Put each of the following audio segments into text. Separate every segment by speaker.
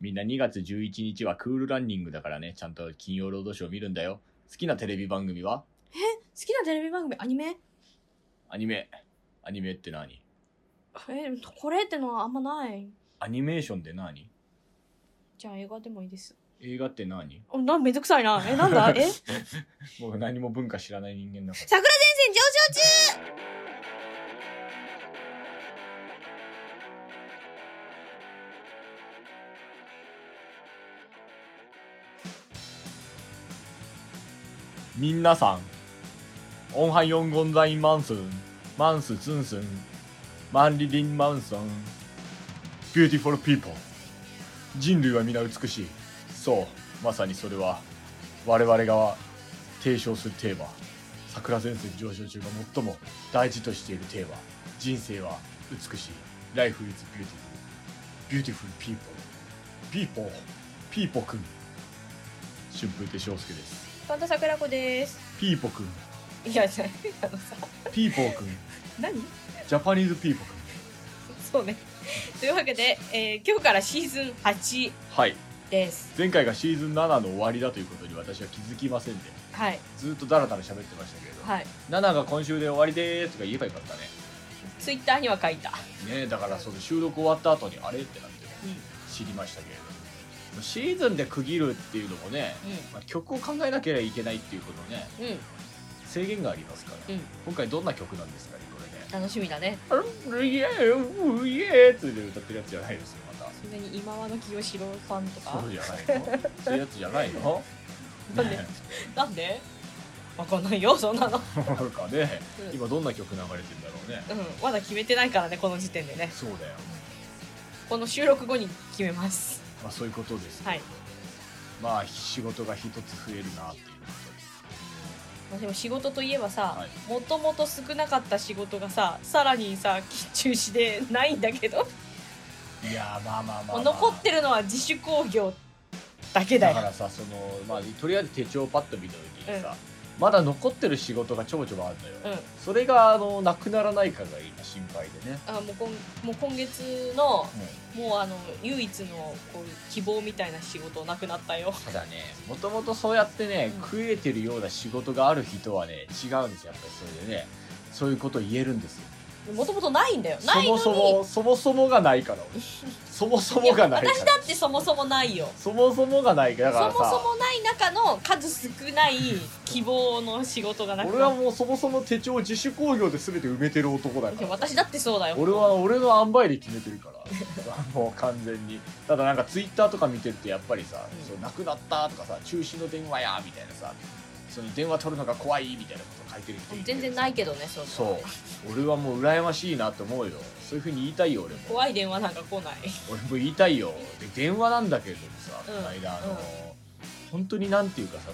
Speaker 1: みんな2月11日はクールランニングだからね、ちゃんと金曜ロードショー見るんだよ。好きなテレビ番組は
Speaker 2: きなテレビ番組アニメ
Speaker 1: アニメ。アニメって何
Speaker 2: えこれってのはあんまない
Speaker 1: アニメーションって何
Speaker 2: じゃあ映画でもいいです
Speaker 1: 映画って何
Speaker 2: おなんめんどくさいなえなん だえ
Speaker 1: 僕何も文化知らない人間だから。
Speaker 2: 桜前線上昇中
Speaker 1: みんなさん、おはようございます。マンスツンスン、マンリリンマンソン。Beautiful people。人類は皆美しい。そう、まさにそれは、我々が提唱するテーマ、桜前線上昇中が最も大事としているテーマ、人生は美しい。Life is beautiful. Beautiful people. People. People くん。春風亭昇介です。
Speaker 2: 神田桜子です
Speaker 1: ピーポくん、
Speaker 2: いやじゃあのさ
Speaker 1: ピーポーくん、
Speaker 2: 何
Speaker 1: ジャパニーズピーポくん。
Speaker 2: そうねというわけで、えー今日からシーズン8
Speaker 1: はい、
Speaker 2: です
Speaker 1: 前回がシーズン7の終わりだということに私は気づきませんで、
Speaker 2: はい
Speaker 1: ずっとダラダラ喋ってましたけれど、
Speaker 2: はい
Speaker 1: 7が今週で終わりでーすとか言えばよかったね。
Speaker 2: ツイッターには書いた、
Speaker 1: ねえだからその収録終わった後にあれってなって
Speaker 2: うんうん、
Speaker 1: 知りましたけれど、シーズンで区切るっていうのもね、まあ、曲を考えなければいけないっていうことね、
Speaker 2: うん、
Speaker 1: 制限がありますから、
Speaker 2: うん
Speaker 1: 今回どんな曲なんですかね、これね。
Speaker 2: 楽しみだね。
Speaker 1: あれ、イエーイイエーって歌ってるやつじゃないですよ、また。
Speaker 2: そんなに今和の清志郎さんとか
Speaker 1: そう。じゃないのそういうやつじゃ ないの
Speaker 2: なんで
Speaker 1: ね
Speaker 2: なんで。わかんないよ、そんなの。
Speaker 1: なんかね
Speaker 2: うん
Speaker 1: 今どんな曲流れてんだろうね
Speaker 2: うん、まだ決めてないからね、この時点でね。
Speaker 1: そうだよ、
Speaker 2: この収録後に決めます。
Speaker 1: まあ、そういうことです、
Speaker 2: はい。
Speaker 1: まあ仕事が一つ増えるなっていうこと
Speaker 2: まあでも仕事といえばさ
Speaker 1: はい、
Speaker 2: もともと少なかった仕事がさ、さらにさ、中止でないんだけど、
Speaker 1: ですいやーまあまあまあ、ま
Speaker 2: も
Speaker 1: あ、
Speaker 2: う残ってるのは自主工業だけだ
Speaker 1: だか
Speaker 2: よ。
Speaker 1: らさその、まあ、とりあえず手帳をパッと見た時にさ、まだ残ってる仕事がちょこちょこあるんだよ、
Speaker 2: うん。
Speaker 1: それがあのなくならないかが今心配でね、
Speaker 2: あもうこんもう今月の
Speaker 1: うん
Speaker 2: もうあの唯一のこういう希望みたいな仕事なくなっ たよ。
Speaker 1: ただねもともとそうやってね、
Speaker 2: うん
Speaker 1: 食えてるような仕事がある人はね違うんですよやっぱりそれでねそういうことを言えるんですよ
Speaker 2: もともとないんだよ。
Speaker 1: そ
Speaker 2: ない
Speaker 1: も
Speaker 2: のに。
Speaker 1: そもそもそもがないから俺そもそもがないか
Speaker 2: いや私
Speaker 1: ら
Speaker 2: だってそもそもないよ
Speaker 1: そもそもがないから
Speaker 2: そ
Speaker 1: だから
Speaker 2: も
Speaker 1: さ
Speaker 2: そもない中の数少ない希望の仕事がなく
Speaker 1: 俺は
Speaker 2: なっ
Speaker 1: もうそもそも手帳を自主工業で全て埋めてる男だ
Speaker 2: て
Speaker 1: か
Speaker 2: いや
Speaker 1: ら
Speaker 2: 私だってそうだよ
Speaker 1: 俺は俺の塩梅で決めてるから もう完全にただなんかツイッターとか見てるとやっぱりさ
Speaker 2: う
Speaker 1: 「
Speaker 2: ん
Speaker 1: そうなくなった」とかさ「中止の電話や」みたいなさその電話取るのが怖いみたいなこと書いてる人るけど
Speaker 2: 全然ないけどねそう
Speaker 1: そう俺はもう羨ましいなと思うよそういうふうに言いたいよ俺も
Speaker 2: 怖い電話なんか来ない
Speaker 1: 俺も言いたいよで電話なんだけれどもさ、
Speaker 2: うん
Speaker 1: この間あの、
Speaker 2: うん
Speaker 1: 本当になんていうかさそ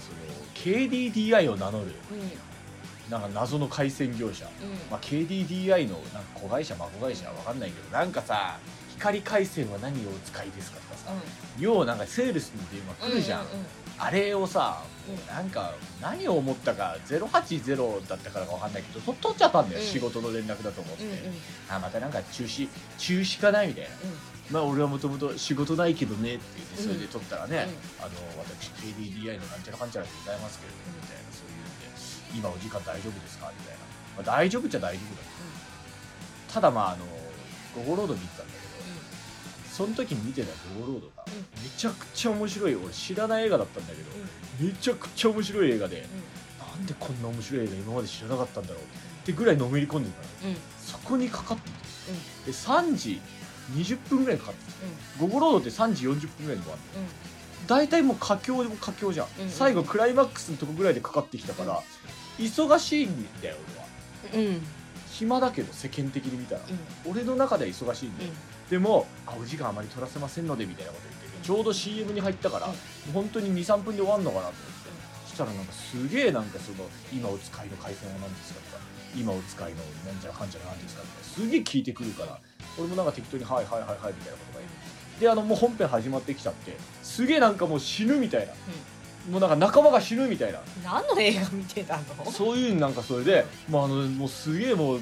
Speaker 1: の KDDI を名乗る
Speaker 2: うん
Speaker 1: なんか謎の回線業者、まあ、KDDI のなんか子会社孫会社は分かんないけどなんかさ光回線は何をお使いですかとかさ、
Speaker 2: う
Speaker 1: 要はなんかセールスの電話
Speaker 2: ん
Speaker 1: 来るじゃん、
Speaker 2: うんうん
Speaker 1: あれをさ
Speaker 2: うん
Speaker 1: なんか何を思ったか080だったからか分かんないけどと取っちゃったんだよ、
Speaker 2: うん
Speaker 1: 仕事の連絡だと思って、
Speaker 2: うんうんうん
Speaker 1: あまたなんか中止中止かないみたいなまあ俺はもともと仕事ないけどねって言ってそれで撮ったらね、あの私 KDDI のなんちゃらかんちゃらでございますけれどもみたいなそういうんで今お時間大丈夫ですかみたいな、まあ、大丈夫っちゃ大丈夫だけどただまああのゴゴロード見てたんだけどその時見てたゴゴロードが
Speaker 2: う
Speaker 1: めちゃくちゃ面白い俺知らない映画だったんだけどめちゃくちゃ面白い映画でなんでこんな面白い映画今まで知らなかったんだろうってぐらいのめり込んでたの
Speaker 2: うんうんうんうんうん
Speaker 1: そこにかかっててで3時20分ぐらいかかってて
Speaker 2: う
Speaker 1: ゴゴロードって3時40分ぐらいに終わる
Speaker 2: んうん
Speaker 1: 大体もう佳境でも佳境じゃん、
Speaker 2: うんうん
Speaker 1: 最後クライマックスのとこぐらいでかかってきたから、忙しいんだよ俺は
Speaker 2: うんうん
Speaker 1: 暇だけど世間的に見たら、俺の中では忙しいんだよ、でもあお時間あまり取らせませんのでみたいなこと言っててちょうど CM に入ったから、
Speaker 2: うん
Speaker 1: 本当に23分で終わんのかなと思って、そしたらなんかすげえなんかその今お使いの回線は何ですかとか今お使いのなんちゃらかんちゃら何ですかとかすげえ聞いてくるから俺もなんか適当に「はいはいはいはい」みたいなことが言ってであのもう本編始まってきちゃってすげえなんかもう死ぬみたいな、もうなんか仲間が死ぬみたいな
Speaker 2: 何の映画見てたの
Speaker 1: そういうなんかそれでもうあのもうすげえもう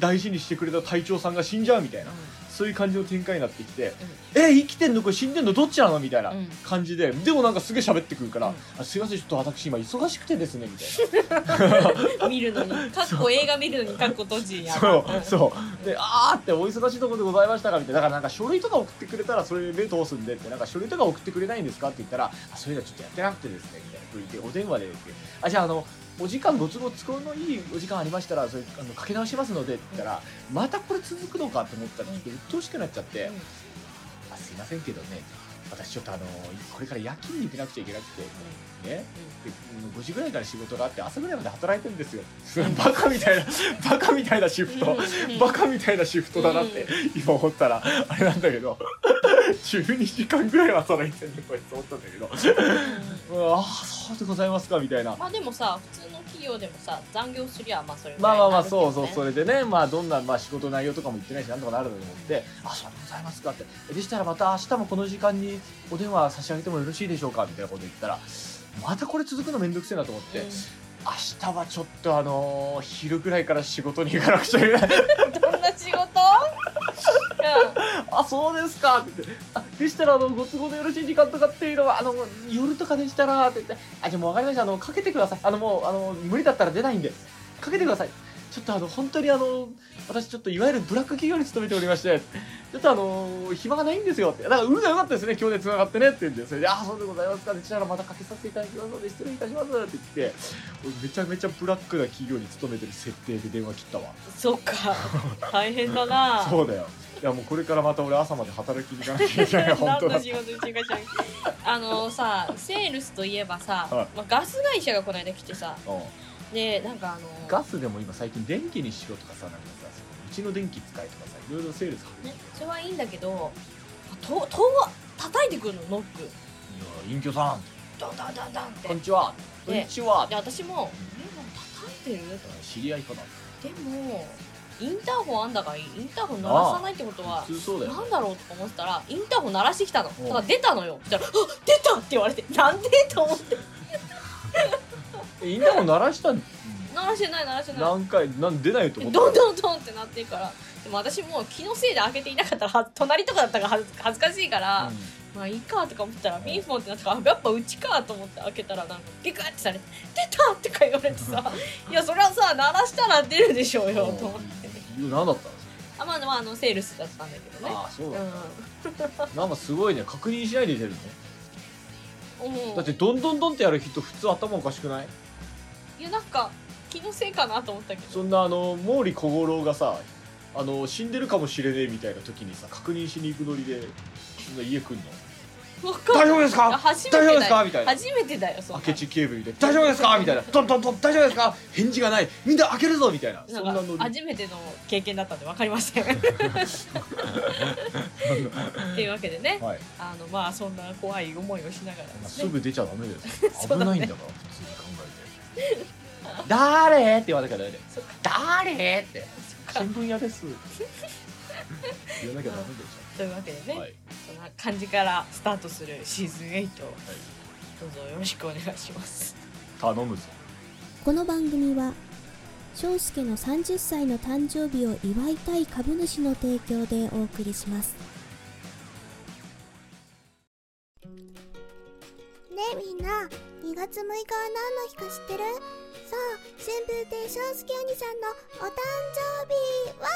Speaker 1: 大事にしてくれた隊長さんが死んじゃうみたいなそういう感じの展開になってきて「え生きてんのか死んでんのどっちなの?」みたいな
Speaker 2: うん
Speaker 1: 感じででもなんかすげえ喋ってくるから
Speaker 2: うん
Speaker 1: 「あすいませんちょっと私今忙しくてですね」みたいな。
Speaker 2: 見るのにかっこ映画見るのにかっこ閉じや
Speaker 1: そう
Speaker 2: うん
Speaker 1: そうで「あー」って「お忙しいところでございましたか」みたいなだからなんか書類とか送ってくれたらそれで通すんでって「なんか書類とか送ってくれないんですか?」って言ったら「あそれがちょっとやってなくてですね」みたいなこと言って「お電話で」って「あじゃああのお時間ご都合都合のいいお時間ありましたらそれあのかけ直しますので」って言ったら「またこれ続くのか」と思ったらちょっと鬱陶しくなっちゃって「あすいませんけどね私ちょっとあのこれから夜勤に行けなくちゃいけなくてねで5時ぐらいから仕事があって朝ぐらいまで働いてるんですよバカみたいな バカみたいなシフト
Speaker 2: うん
Speaker 1: バカみたいなシフトだなって今思ったらあれなんだけど 12時間ぐらいは働いてるのこいつ思ったんだけどうわあそうでございますかみたいな
Speaker 2: まあでもさ普通の企業でもさ残業すりゃまあそれぐ
Speaker 1: ま
Speaker 2: ら
Speaker 1: あ
Speaker 2: い
Speaker 1: まあまあ
Speaker 2: るけ
Speaker 1: そ
Speaker 2: ど
Speaker 1: うそうそれでねまあどんなまあ仕事内容とかも言ってないしなんとかなると思ってあそうでございますかってえでしたらまた明日もこの時間にお電話差し上げてもよろしいでしょうかみたいなこと言ったらまたこれ続くのめんどくせえなと思って、明日はちょっとあのー昼ぐらいから仕事に行かなくちゃいけない
Speaker 2: うんどんな仕事
Speaker 1: あそうですかって言ってあでしたらあのご都合のよろしい時間とかっていうのはあの夜とかでしたらって言ってあじゃあもう分かりましたあのかけてくださいあのもうあの無理だったら出ないんでかけてくださいちょっとあの本当にあの私ちょっといわゆるブラック企業に勤めておりましてちょっとあの暇がないんですよってだから運が良かったですね今日で繋がってねって言うんでそれで「ああそうでございますか」でしたらまたかけさせていただきますので失礼いたしますって言って俺めちゃめちゃブラックな企業に勤めてる設定で電話切ったわ
Speaker 2: うんそうか大変だな
Speaker 1: そうだよ。いやもうこれからまた俺朝まで働きに行かなきゃい けない本当だ
Speaker 2: 何の。仕事中かしらんあのさセールスといえばさ、
Speaker 1: はい
Speaker 2: まあ、ガス会社がこの間来てさ
Speaker 1: うん
Speaker 2: でなんかあの
Speaker 1: ガスでも今最近電気にしろとかさなんかさそのうちの電気使いとかさいろいろセールスかけて
Speaker 2: ね、それはいいんだけどとと叩いてくるのノック
Speaker 1: いや隠居さん
Speaker 2: ドンドンドンドンって
Speaker 1: こんにちはこん
Speaker 2: ね
Speaker 1: にちは
Speaker 2: で私も「え叩いてる?」
Speaker 1: 知り合いかな
Speaker 2: でもインターホンあんだからインターホン鳴らさないってことは
Speaker 1: 普通そうだよ
Speaker 2: なんだろうとか思ってたらインターホン鳴らしてきたの
Speaker 1: うん
Speaker 2: だから出たのよそしたら「あ出た!」って言われて「なんで?」と思って
Speaker 1: えインターホン鳴らしたん
Speaker 2: 鳴らしてない鳴らしてない
Speaker 1: 何回なん出ないと思
Speaker 2: どん
Speaker 1: った
Speaker 2: どんどんってなってるからでも私もう気のせいで開けていなかったらは隣とかだったから恥ず恥ずかしいから、
Speaker 1: うん
Speaker 2: まあいいかとか思ったらピンポンってなったからあやっぱうちかと思って開けたらなんかビクッてされて「出た!」とか言われてさ「いやそれはさ鳴らしたら出るでしょうよ」と思って
Speaker 1: うん何だったの
Speaker 2: あまあまああのセールスだったんだけどね
Speaker 1: ああそう
Speaker 2: う
Speaker 1: だ
Speaker 2: ん
Speaker 1: なんかすごいね確認しないで出るの
Speaker 2: 思う
Speaker 1: だってどんどんどんってやる人普通頭おかしくない
Speaker 2: いやなんか気のせいかなと思ったけど
Speaker 1: そんなあの毛利小五郎がさあの死んでるかもしれねえみたいな時にさ確認しに行くノリでそんな家来んの「
Speaker 2: わかんない
Speaker 1: 大丈夫です
Speaker 2: あ
Speaker 1: か?」
Speaker 2: 初め
Speaker 1: 大丈
Speaker 2: て
Speaker 1: 夫です
Speaker 2: だ
Speaker 1: か
Speaker 2: よ
Speaker 1: みたいな
Speaker 2: 初めてだよそんな
Speaker 1: 明智警部にで「大丈夫ですか?」みたいな「トントントン大丈夫ですか?」返事がない「みんな開けるぞ」みたいなそんな
Speaker 2: なん
Speaker 1: ノ
Speaker 2: か
Speaker 1: リ
Speaker 2: 初めての経験だったんで分かり ません。っていうわけでね、
Speaker 1: はい、
Speaker 2: あのまあそんな怖い思いをしながら
Speaker 1: まあ
Speaker 2: です
Speaker 1: す
Speaker 2: ね。
Speaker 1: ぐ出ちゃダメだよ
Speaker 2: そ
Speaker 1: 危
Speaker 2: うだ
Speaker 1: ない
Speaker 2: ね
Speaker 1: んだから普通に考えて「誰?」って言わなきゃダメだよ
Speaker 2: そっか
Speaker 1: 「誰?」って「
Speaker 2: そっ
Speaker 1: 新
Speaker 2: か
Speaker 1: 聞屋 です」言わなきゃダメでし
Speaker 2: というわけで
Speaker 1: ょ、
Speaker 2: ね、
Speaker 1: はい、
Speaker 2: そんな感じからスタートするシーズン8をどうぞよろしくお願いします。
Speaker 1: 頼むぞ
Speaker 3: この番組は翔介の30歳の誕生日を祝いたい株主の提供でお送りします
Speaker 4: ねえみんな2月6日は何の日か知ってるそう春風亭昇介兄さんのお誕生日わ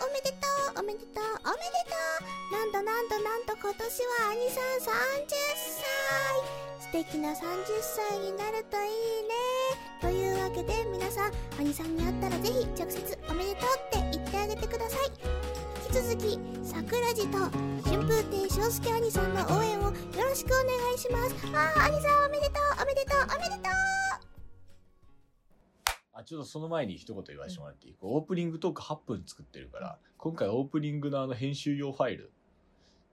Speaker 4: ーおめでとうおめでとうおめでとうなんとなんとなんと今年は兄さん30歳素敵な30歳になるといいねというわけで皆さん兄さんに会ったらぜひ直接おめでとうって言ってあげてください引き続き桜地と春風亭昇介兄さんの応援をよろしくお願いしますあー兄さんおめでとうおめでとうおめでとう
Speaker 1: あちょっとその前に一言言わせてもらっていい、オープニングトーク8分作ってるから今回オープニングのあの編集用ファイル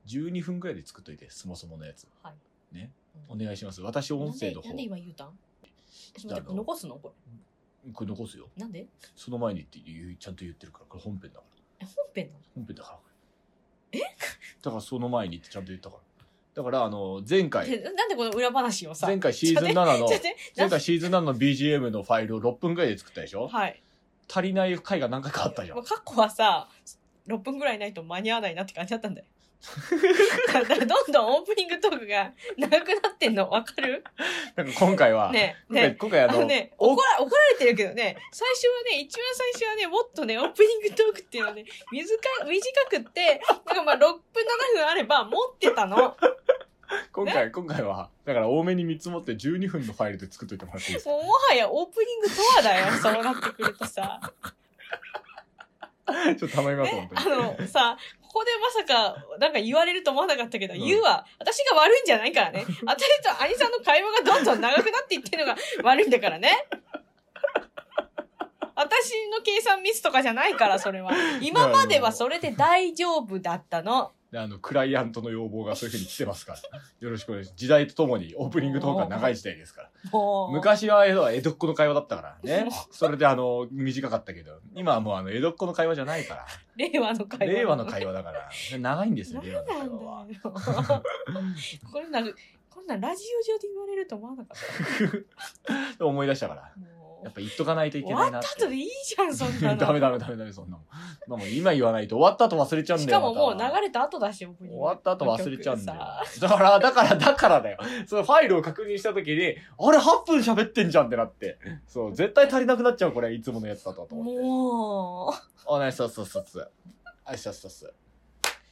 Speaker 1: 12分くらいで作っといてそもそものやつ
Speaker 2: はい。
Speaker 1: ねお
Speaker 2: うん
Speaker 1: 願いします私音声の
Speaker 2: な
Speaker 1: 方
Speaker 2: んでなんで今言うたん？ちょっと待って
Speaker 1: あの
Speaker 2: 残すのこ
Speaker 1: これ残すよ
Speaker 2: れ？なんで？
Speaker 1: その前にって言うちゃんと言ってるからこれ本編だから
Speaker 2: え本編なの？
Speaker 1: 本編だからこれだからその前にってちゃんと言ったからだからあの前回
Speaker 2: で なんでこの裏話をさ。
Speaker 1: 前回シーズン7の
Speaker 2: ちょっとね
Speaker 1: 前
Speaker 2: ちょっとね
Speaker 1: 回シーズン7の BGM のファイルを6分くらいで作ったでしょ
Speaker 2: はい。
Speaker 1: 足りない回が何回かあったじゃん
Speaker 2: まあ過去はさ6分ぐらいないと間に合わないなって感じだった んだよ。だからどんどんオープニングトークが長くなってんの分かる
Speaker 1: なんか今回は、
Speaker 2: ねえ
Speaker 1: 今回
Speaker 2: ね
Speaker 1: 今回あ
Speaker 2: あ
Speaker 1: の、
Speaker 2: のね
Speaker 1: お
Speaker 2: 怒ら怒られてるけどね最初はね一番最初はねもっとねオープニングトークっていうのはね短短くってなんかまあ6分7分あれば持ってたの。
Speaker 1: 今回、今回は、だから多めに見積もって12分のファイルで作っといてもらっていいですか
Speaker 2: もうもはやオープニングとはだよ、そうなってくるとさ。
Speaker 1: ちょっと頼みます、本
Speaker 2: ね、あ
Speaker 1: 当に。
Speaker 2: の、さ、ここでまさか、なんか言われると思わなかったけど、
Speaker 1: うん
Speaker 2: 言うわ。私が悪いんじゃないか らね。私と兄さんの会話がどんどん長くなっていってるのが悪いんだからね。私の計算ミスとかじゃないから、それは。今まではそれで大丈夫だったの。
Speaker 1: であの、クライアントの要望がそういうふうに来てますから。よろしくお願いします。時代とともにオープニングトークは長い時代ですから。
Speaker 2: もう。
Speaker 1: 昔は江戸は江戸っ子の会話だったからね。それであの、短かったけど、今はもうあの、江戸っ子の会話じゃないから。
Speaker 2: 令和の会話。
Speaker 1: 令和の会話だから。長いんですよ、令和の
Speaker 2: な
Speaker 1: 会
Speaker 2: ん
Speaker 1: 話
Speaker 2: だ
Speaker 1: は。
Speaker 2: よ。こんな、こんなラジオ上で言われると思わなかった。
Speaker 1: で思い出したから。
Speaker 2: もう
Speaker 1: やっぱ言っとかないといけ
Speaker 2: 終
Speaker 1: な
Speaker 2: わ
Speaker 1: いな
Speaker 2: っ
Speaker 1: って
Speaker 2: た。後でいいじゃん、そんな の。
Speaker 1: ダメダメダメダメ、そんなもん。まあもう今言わないと終わった後忘れちゃうん
Speaker 2: し
Speaker 1: だよ。
Speaker 2: かももう
Speaker 1: また
Speaker 2: 流れた後だし、終
Speaker 1: 終わった後忘れちゃうんだよだ
Speaker 2: さ。
Speaker 1: から、だから、だからだよ。そのファイルを確認した時に、あれ8分喋ってんじゃんってなって。そう、絶対足りなくなっちゃう、これ、いつものやつだと思って。
Speaker 2: も
Speaker 1: あ、ナイス、そうそうそうそう。あ、そうそうそう。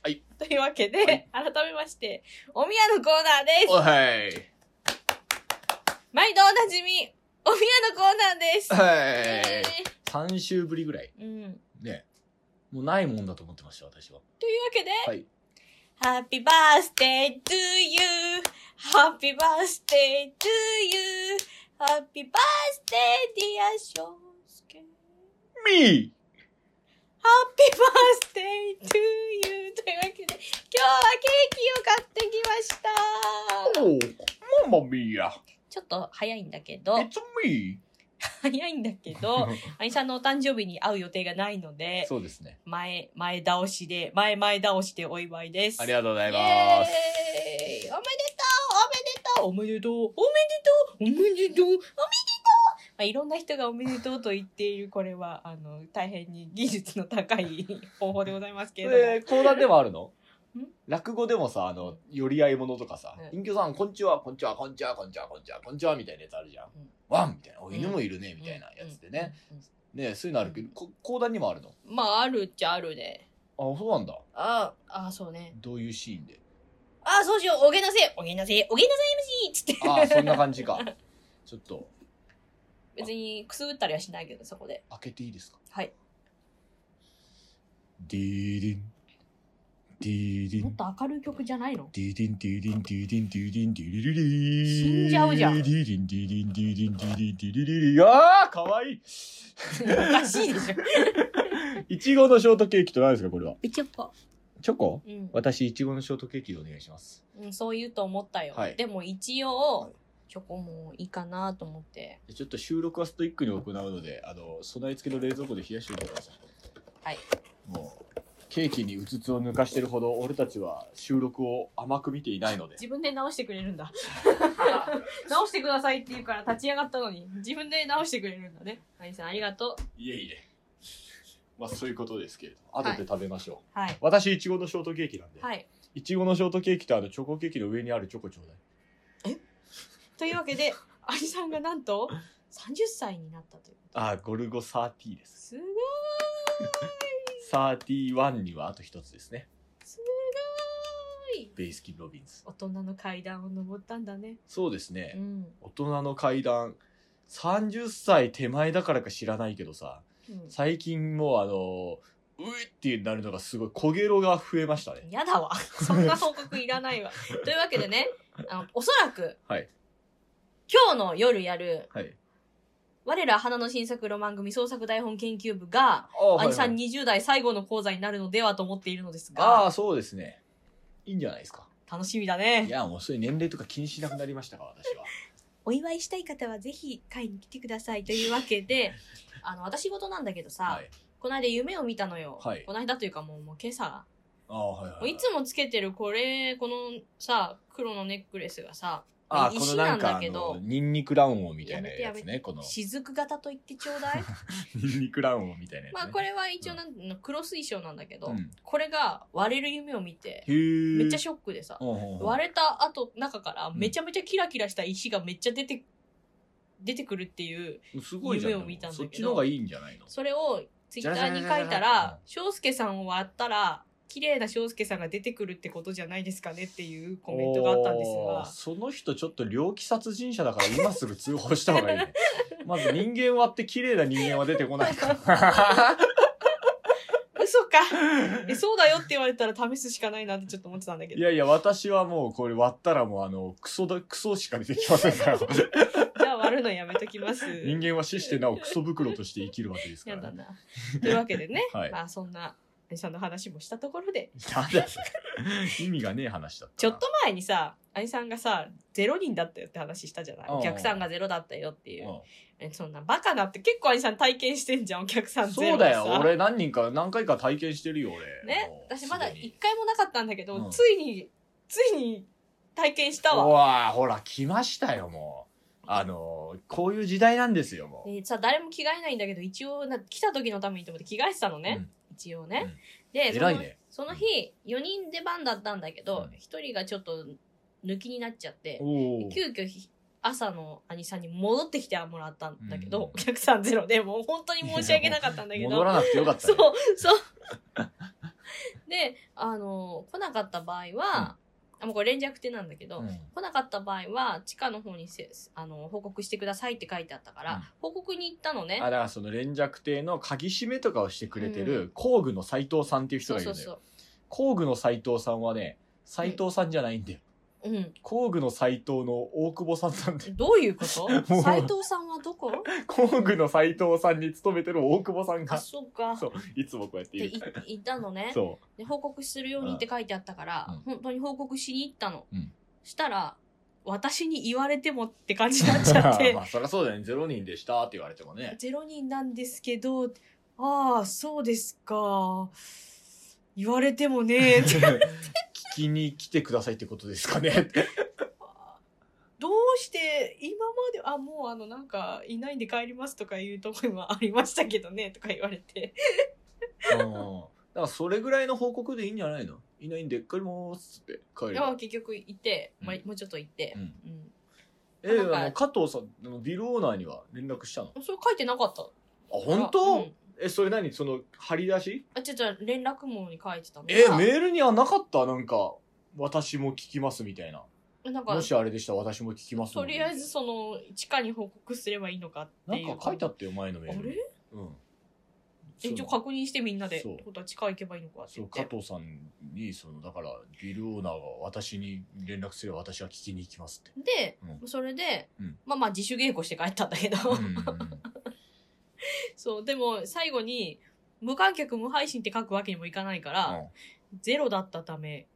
Speaker 2: う。というわけで、
Speaker 1: はい
Speaker 2: 改めまして、おみやのコーナーで
Speaker 1: おい
Speaker 2: す。
Speaker 1: はい。
Speaker 2: 毎度おなじみ、おみやのコーナーです。
Speaker 1: はい。3週ぶりぐらい。
Speaker 2: うん。
Speaker 1: ね。もうないもんだと思ってました、私は。
Speaker 2: というわけで、
Speaker 1: はい。
Speaker 2: Happy birthday to you!Happy birthday to you!Happy birthday dear 翔介
Speaker 1: み
Speaker 2: Happy birthday to you! というわけで、今日はケーキを買ってきました
Speaker 1: ーおうママミーや。
Speaker 2: ちょっと早いんだけど、
Speaker 1: It's me!
Speaker 2: 早いんだけ ど、兄さんのお誕生日に会う予定がないので、
Speaker 1: そうですね。
Speaker 2: 前、前倒しで、前前倒しでお祝いです。
Speaker 1: ありがとうござい
Speaker 2: イエー
Speaker 1: ます。
Speaker 2: イおめでとうおめでとうおめでとうおめでとうおめでとうまあ、いろんな人がおめでとうと言っているこれはあの大変に技術の高い方法でございますけれども、
Speaker 1: えー、講談でもあるの
Speaker 2: ん
Speaker 1: 落語でもさ、あの、寄り合いものとかさ
Speaker 2: う、ん
Speaker 1: 隠居さん、こんにちは、こんにちは、こんにちは、こんにちは、こんにちは、こんにちは、みたいなやつあるじゃん
Speaker 2: うん。
Speaker 1: ワンみたいな。お、
Speaker 2: ん
Speaker 1: 犬もいるね、みたいなやつでね。
Speaker 2: うん。うん
Speaker 1: ねそういうのあるけど、こ講談にもあるの。
Speaker 2: まああるっちゃあるね。
Speaker 1: あ、そうなんだ。
Speaker 2: ああそうね。
Speaker 1: どういうシーンで。
Speaker 2: ああそうしようおげなせおげなせおげなさい MC つって
Speaker 1: あ、そんな感じか。 ちょっと、
Speaker 2: 別にくすぶったりはしないけどそこで
Speaker 1: 開けていいですか
Speaker 2: はい
Speaker 1: ディーディン。ディーディ
Speaker 2: も
Speaker 1: ン
Speaker 2: っ。と明るい曲じゃないの
Speaker 1: ディディンディディンディディンディディンディリリリ
Speaker 2: 死んじゃうじゃん
Speaker 1: ディディンディディンディディンディディンディリリリあーかわいい
Speaker 2: おかしいで しょ
Speaker 1: いちごのショートケーキと何ですかこれは。
Speaker 2: うちょこ
Speaker 1: チョコ
Speaker 2: うん、
Speaker 1: 私、いちごのショートケーキでお願いします。
Speaker 2: うん、そう言うと思ったよ、
Speaker 1: はい
Speaker 2: でも一
Speaker 1: は
Speaker 2: 応
Speaker 1: い
Speaker 2: チョコもいいかなと思って
Speaker 1: ちょっと収録はストイックに行うので、あの、備え付けの冷蔵庫で冷やしておいてください。
Speaker 2: はい。
Speaker 1: もう、ケーキにうつつを抜かしてるほど、俺たちは収録を甘く見ていないので。
Speaker 2: 自分で直してくれるんだ 直してくださいって言うから立ち上がったのに自分で直してくれるんだね兄さんありがとう
Speaker 1: いえいえ。まあ、そういうことですけれど。後で食べましょう。
Speaker 2: はい
Speaker 1: 私、いちごのショートケーキなんで。
Speaker 2: はい
Speaker 1: いちごのショートケーキとあのチョコケーキの上にあるチョコちょうだい。
Speaker 2: というわけで兄さんがなんと30歳になったという
Speaker 1: あー、ゴルゴ30です。
Speaker 2: すごい
Speaker 1: 31にはあと一つですね。
Speaker 2: すごい
Speaker 1: ベイスキン・ロビンズ。
Speaker 2: 大人の階段を登ったんだね
Speaker 1: そうですね。
Speaker 2: うん、
Speaker 1: 大人の階段。30歳手前だからか知らないけどさ、
Speaker 2: うん
Speaker 1: 最近もうあの、ういってなるのがすごい、小ゲロが増えましたね。
Speaker 2: や だわ。そんな報告いらないわ。というわけでね、あの、おそらく、
Speaker 1: はい
Speaker 2: 今日の夜やる、
Speaker 1: はい。
Speaker 2: 我ら花の新作ロマン組創作台本研究部
Speaker 1: あ
Speaker 2: が、兄さん
Speaker 1: に。
Speaker 2: 20代最後の講座になるのではと思っているのです
Speaker 1: あ
Speaker 2: が、
Speaker 1: あ、そうですね。いいんじゃないですか。
Speaker 2: 楽しみだ
Speaker 1: い
Speaker 2: ね。
Speaker 1: や、もうそういう年齢とか気にしなくなりましたか、私は。
Speaker 2: お祝いしたい方はぜひ会に来てくださいというわけ で、あの、私事なんだけどさ、
Speaker 1: はい。
Speaker 2: この間夢を見たのよ。
Speaker 1: はい
Speaker 2: この間というかもうもう今朝。
Speaker 1: ああ、はいはい
Speaker 2: もう
Speaker 1: はい。
Speaker 2: いつもつけてるこれ、このさ、黒のネックレスがさ、
Speaker 1: あーこ
Speaker 2: 石
Speaker 1: のなんか
Speaker 2: なんだ
Speaker 1: あ
Speaker 2: けど
Speaker 1: のニンニク卵黄みたいな
Speaker 2: や
Speaker 1: や
Speaker 2: め
Speaker 1: つ
Speaker 2: てやめ
Speaker 1: ね
Speaker 2: て
Speaker 1: この
Speaker 2: 雫型と言ってちょうだい
Speaker 1: ニンニク卵黄みたいなやつ、ね
Speaker 2: まあこれは一応なんていうのクロス衣装なんだけど、
Speaker 1: うん
Speaker 2: これが割れる夢を見て
Speaker 1: へー
Speaker 2: めっちゃショックでさ、
Speaker 1: うんうんうん
Speaker 2: 割れた後中からめちゃめちゃキラキラした石がめっちゃ出て出てくるっていう
Speaker 1: すごいじゃん
Speaker 2: 夢を見たんだけど
Speaker 1: そっちの方がいいんじゃないの
Speaker 2: それをツイッターに書いた
Speaker 1: じゃらじゃらじゃらじゃら
Speaker 2: ら翔介さんを割ったら綺麗な翔介さんが出てくるってことじゃないですかねっていうコメントがあったんです
Speaker 1: おー
Speaker 2: が
Speaker 1: その人ちょっと猟奇殺人者だから今すぐ通報した方がいい ねまず人間割って綺麗な人間は出てこないから
Speaker 2: 嘘かえそうだよって言われたら試すしかないなってちょっと思ってたんだけ
Speaker 1: い
Speaker 2: ど
Speaker 1: やいや私はもうこれ割ったらもうあのクソだクソしか出てきませんから
Speaker 2: じゃあ割るのやめときます。
Speaker 1: 人間は死してなおクソ袋として生きるわけですか
Speaker 2: やだ
Speaker 1: ら、ね、、
Speaker 2: な。というわけでね
Speaker 1: はい
Speaker 2: まあそんな兄さんの話もしたところで、
Speaker 1: なんだそれ意味がねえ話だったな
Speaker 2: ちょっと前にさ、兄さんがさ、0人だったよって話したじゃない
Speaker 1: うん
Speaker 2: お客さんがゼロだったよっていうう。
Speaker 1: ん
Speaker 2: えそんなバカなって結構兄さん体験してんじゃん、お客さんゼ
Speaker 1: そ
Speaker 2: ロ
Speaker 1: うだ
Speaker 2: さ
Speaker 1: よ。俺何人か何回か体験してるよ俺
Speaker 2: ね
Speaker 1: も、う
Speaker 2: 私まだ
Speaker 1: すでに
Speaker 2: 一回もなかったんだけど、
Speaker 1: うん
Speaker 2: ついに、ついに体験した
Speaker 1: う
Speaker 2: わ。
Speaker 1: わーほら来ましたよもうあのーこういう時代なんですよもう、
Speaker 2: でさ、誰も着替えないんだけど、一応な、来た時のためにと思って着替えてたのね。一応ね。で、
Speaker 1: 偉いね
Speaker 2: そのその日、4人出番だったんだけど、
Speaker 1: うん
Speaker 2: 1人がちょっと抜きになっちゃって
Speaker 1: うん、おー
Speaker 2: 急遽ひ朝の兄さんに戻ってきてもらったんだけど、
Speaker 1: うん
Speaker 2: お客さんゼロで、もう本当に申し訳なかったんだけど。
Speaker 1: 戻らなくてよかった、
Speaker 2: そう
Speaker 1: ね、、
Speaker 2: そう。で、あの、来なかった場合は、あもうこれ連絡手なんだけど、
Speaker 1: うん
Speaker 2: 来なかった場合は、地下の方にせあの報告してくださいって書いてあったから、
Speaker 1: うん
Speaker 2: 報告に行ったの
Speaker 1: あ
Speaker 2: ね
Speaker 1: だ。からその連弱艇の鍵締めとかをしてくれて
Speaker 2: う
Speaker 1: る工具の斎藤さんっていう人
Speaker 2: そう
Speaker 1: がい
Speaker 2: そ
Speaker 1: る
Speaker 2: う
Speaker 1: だよ
Speaker 2: んそ
Speaker 1: 工具の斎藤さんはね斎藤さんじゃないんだよ、
Speaker 2: う。うん。
Speaker 1: 工具の斎藤の大久保さんなんだ よ
Speaker 2: どういうこと
Speaker 1: もう
Speaker 2: 斎藤さんはどこ
Speaker 1: 工具の斎藤さんに勤めてる大久保さん
Speaker 2: あ、
Speaker 1: が
Speaker 2: そうか。っ
Speaker 1: そういつもこうやって
Speaker 2: て
Speaker 1: いる
Speaker 2: い言ったのね。
Speaker 1: そ
Speaker 2: で、報告するようにって書いてあったから、
Speaker 1: うん
Speaker 2: 本当に報告しに行ったの。
Speaker 1: うん
Speaker 2: したら、私に言われてもって感じになっ
Speaker 1: う
Speaker 2: ちゃって
Speaker 1: ま、あそりゃそうだよね0人でしたって言われてもね
Speaker 2: ゼロ人なんですけど、ああ、そうですか。言われても ね、って
Speaker 1: 聞きに来てくださいってことですかねって。
Speaker 2: どうして、今まで、あ、もうあの、なんか、いないんで帰りますとかいうところもありましたけどね、とか言われて。
Speaker 1: だからそれぐらいの報告でいいんじゃないのいないんでっかりますって帰
Speaker 2: で
Speaker 1: る
Speaker 2: も。結局行って、まあ
Speaker 1: うん
Speaker 2: もうちょっと行って、
Speaker 1: うん
Speaker 2: うん
Speaker 1: え
Speaker 2: なんか
Speaker 1: あの加藤さん、あのビルオーナーには連絡したのあ、
Speaker 2: それ書いてなかった。
Speaker 1: 本
Speaker 2: う
Speaker 1: 当、
Speaker 2: ん
Speaker 1: え、それ何その、張り出し
Speaker 2: あ、ちょ、ちょ、連絡網に書いてたのが。
Speaker 1: え、メールにはなかったなんか、私も聞きますみたいな。
Speaker 2: なんか
Speaker 1: も、しあれでしたら私も聞きます
Speaker 2: とりあえ
Speaker 1: ず。
Speaker 2: ずその地下に報告すればいいのかっ
Speaker 1: な
Speaker 2: ていうん
Speaker 1: か書いてあったよ、前のメールに。
Speaker 2: あれ
Speaker 1: うん。
Speaker 2: え一応確認してみんなで
Speaker 1: そう
Speaker 2: ってことは地下行けばいいのかって
Speaker 1: そ
Speaker 2: 言
Speaker 1: う
Speaker 2: っ
Speaker 1: 加
Speaker 2: て
Speaker 1: 藤さんにそのだからビルオーナーが私に連絡すれば私は聞きに行きますって
Speaker 2: で、
Speaker 1: う
Speaker 2: それで、
Speaker 1: うん
Speaker 2: まあまあ自主稽古して帰ったんだ けど、そうでも最後に無観客無配信って書くわけにもいかないから、ゼロだったため